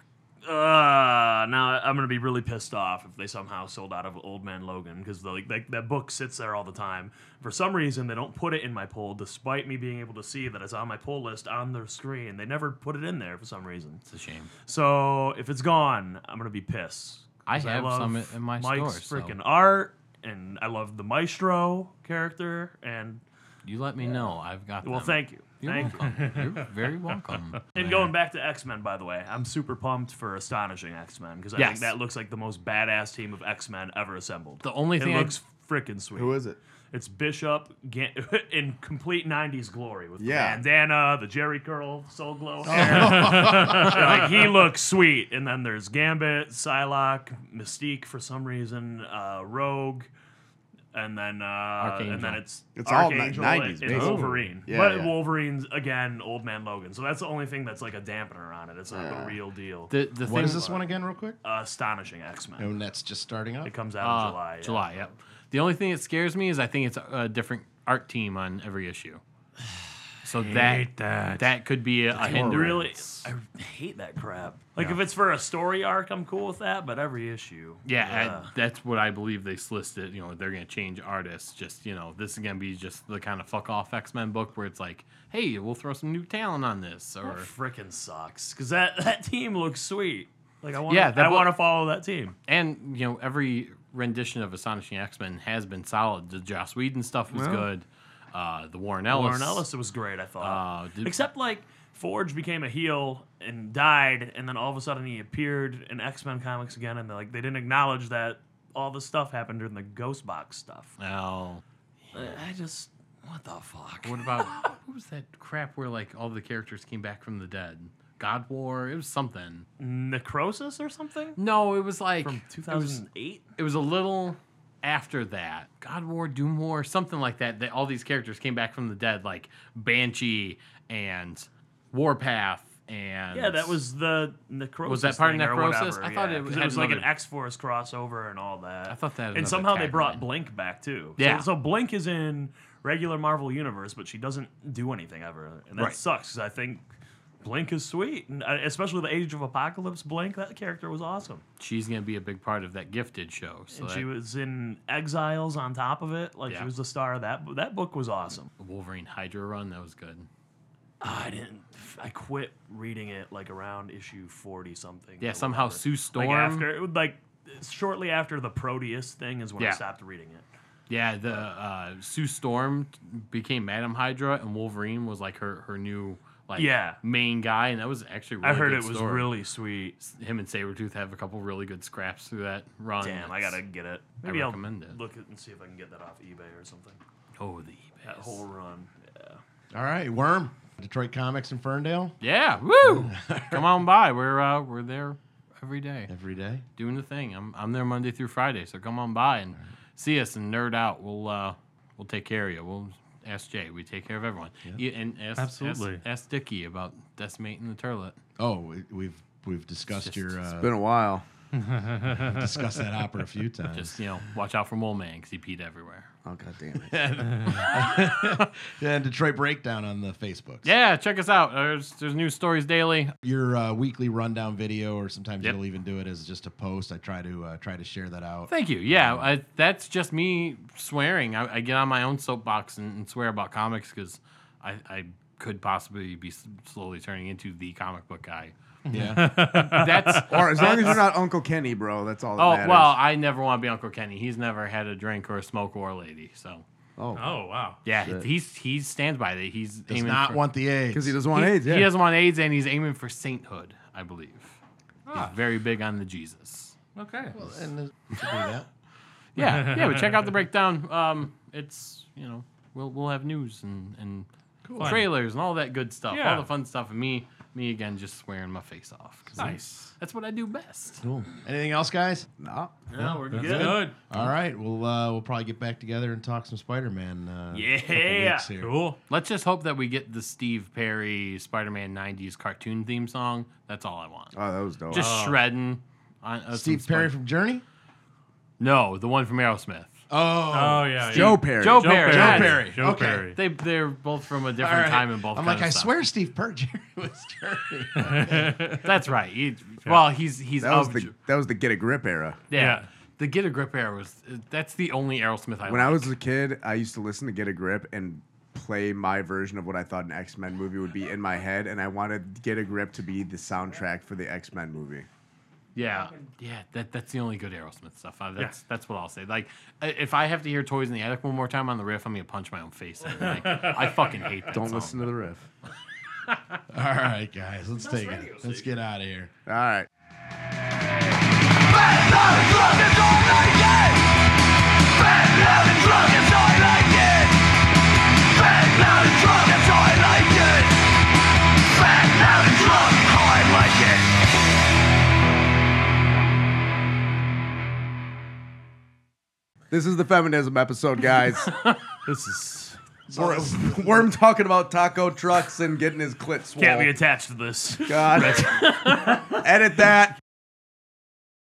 uh, now I'm gonna be really pissed off if they somehow sold out of Old Man Logan because like that, that book sits there all the time. For some reason, they don't put it in my poll, despite me being able to see that it's on my poll list on the screen. They never put it in there for some reason.
It's a shame.
So if it's gone, I'm gonna be pissed.
I
'Cause
have
love
some in my
Mike's
store, so-
freaking art, and I love the Maestro character. And
You let me know. I've got.
well,
them.
thank you,
Um, You're
thank you.
welcome. You're very welcome.
And going back to X Men, by the way, I'm super pumped for Astonishing X Men because I
Yes.
think that looks like the most badass team of X Men ever assembled.
The only
it
thing I-
looks freaking sweet.
Who is it?
It's Bishop Gan- in complete '90s glory with
Yeah. Oh.
the bandana, the Jerry curl, soul glow hair. like he looks sweet. And then there's Gambit, Psylocke, Mystique for some reason, uh, Rogue. And then, uh, and then
Archangel.
it's
It's all ni-
Archangel
90s,
and, and
basically.
Wolverine,
Yeah,
but
yeah.
Wolverine's again Old Man Logan. So that's the only thing that's like a dampener on it. It's not the real deal.
The the
What
thing,
is this one again, real quick?
Astonishing X Men.
And that's just starting up.
Uh, It comes out
Uh,
in July. yeah.
July. Yep. The only thing that scares me is I think it's a different art team on every issue. So that
that.
that could be a, a
I
hindrance.
really, I hate that crap. Like if it's for a story arc, I'm cool with that. But every issue,
Yeah,
Ugh.
I, that's what I believe they listed. You know, they're going to change artists. Just you know, this is going to be just the kind of fuck off X Men book where it's like, hey, we'll throw some new talent on this, or
That freaking sucks because that that team looks sweet. Like I want,
Yeah,
yeah,
that
I
bo-
want to follow that team.
and you know, every rendition of Astonishing X Men has been solid. The Joss Whedon stuff was good. Uh, the Warren Ellis.
Warren Ellis was great. I thought,
Uh, did-
except like Forge became a heel and died, and then all of a sudden he appeared in X Men comics again, and they like they didn't acknowledge that all this stuff happened during the Ghost Box stuff.
Oh,
I I just what the fuck.
what about what was that crap where like all the characters came back from the dead? God War. It was something.
Necrosis or something
No, it was like
from
it was
2008.
it was a little after that god war doom war something like that that all these characters came back from the dead like banshee and warpath and
Yeah, that was the necrosis.
Was that part of
thing or
Necrosis?
whatever,
I thought
yeah,
it
'cause
had
was like an
another-
X Force crossover and all that.
I thought that had
And
another
somehow they brought
tagline.
Blink back too.
Yeah.
So, so Blink is in regular Marvel universe, but she doesn't do anything ever, and that
Right.
sucks because I think Blink is sweet, and uh, especially the Age of Apocalypse Blink. That character was awesome,
she's gonna be a big part of that gifted show so
and
that
she was in Exiles on top of it. Like
Yeah.
she was the star of that. That book was awesome.
wolverine hydra run that was good
I didn't. I quit reading it like around issue forty something.
yeah
or
somehow
whatever.
sue storm
Like after, like shortly after the Proteus thing is when
Yeah.
I stopped reading it.
yeah the uh, sue storm became madam hydra and wolverine was like her her new like
Yeah.
main guy and that was actually a
I
really
heard
good
it was
story.
really sweet.
him and sabretooth have a couple really good scraps through that run
Damn, I
It's-
gotta get it. Maybe I'll
recommend it.
look at and see if I can get that off eBay or something.
Oh, the
That whole run. Yeah.
All right, Worm, Detroit Comics in Ferndale
Yeah, woo! Come on by. We're uh, we're there every day
every day.
doing the thing. I'm I'm there Monday through Friday, so come on by and see us and nerd out. We'll uh, we'll take care of you. We'll ask Jay. We take care of everyone. You- and ask,
Absolutely.
ask, ask Dickie about decimating the turlet.
Oh, we- we've we've discussed
Just-
your uh,
Been a while.
discussed that opera a few times.
Just you know, watch out for Mole Man because he peed everywhere.
Oh god damn it.
and Detroit Breakdown on the Facebook.
Yeah, check us out. There's there's new stories daily.
Your uh, weekly rundown video, or sometimes
Yep.
you'll even do it as just a post. I try to uh, try to share that out.
Thank you. Yeah, I, that's just me swearing. I, I get on my own soapbox and, and swear about comics because I, I could possibly be s- slowly turning into the comic book guy.
Yeah,
That's
Or as long as you're not Uncle Kenny, bro, that's all that
oh
matters.
well, I never want to be Uncle Kenny. He's never had a drink or a smoke or a lady. So
Oh wow.
yeah, he's he stands by that. He's
does not
for,
want the AIDS
because he doesn't want
he,
AIDS. Yeah.
he doesn't want AIDS and he's aiming for sainthood. I believe
Ah.
he's very big on the Jesus.
Okay.
And the- to do that.
Yeah, yeah. But check out the breakdown. Um, it's you know we'll we'll have news and and trailers and all that good stuff,
Yeah.
all the fun stuff. And me me again just swearing my face off. 'cause
Nice.
That's what I do best.
Cool. Anything else, guys?
No.
No, we're
That's good.
All right, we'll uh, we'll probably get back together and talk some Spider-Man. Uh, a couple
Yeah.
weeks here.
Cool.
Let's just hope that we get the Steve Perry Spider-Man '90s cartoon theme song. That's all I want.
Oh, that was dope.
Just shredding. On, uh, some
Steve Perry
Spid-
from Journey.
no, the one from Aerosmith.
Oh,
Oh yeah,
Joe
yeah.
Perry.
Joe
Joe
Perry.
Perry.
Joe
yes.
Perry.
Joe
Okay.
Perry.
They they're both from a
All
different
right.
time in both.
I'm
kinds
like, I
of stuff.
swear, Steve Perger was Jerry.
That's right. You- well, he's he's
That was
of
the
Ju-
that was the get a grip era.
yeah.
yeah.
The Get a Grip era was uh, that's the only Aerosmith I
When I
liked.
was a kid, I used to listen to Get a Grip and play my version of what I thought an X Men movie would be in my head, and I wanted Get a Grip to be the soundtrack for the X Men movie.
Yeah, yeah. That that's the only good Aerosmith stuff. Uh, that's that's what I'll say. Like, i- if I have to hear "Toys in the Attic" one more time on the riff, I'm gonna punch my own face. in. Like, I fucking hate that.
Don't
song.
listen to the riff.
All right, guys, let's take it. Let's get out of here.
All right. This is the feminism episode, guys.
This is
We're- Worm talking about taco trucks and getting his clit swole.
can't be attached to this.
God. Edit that.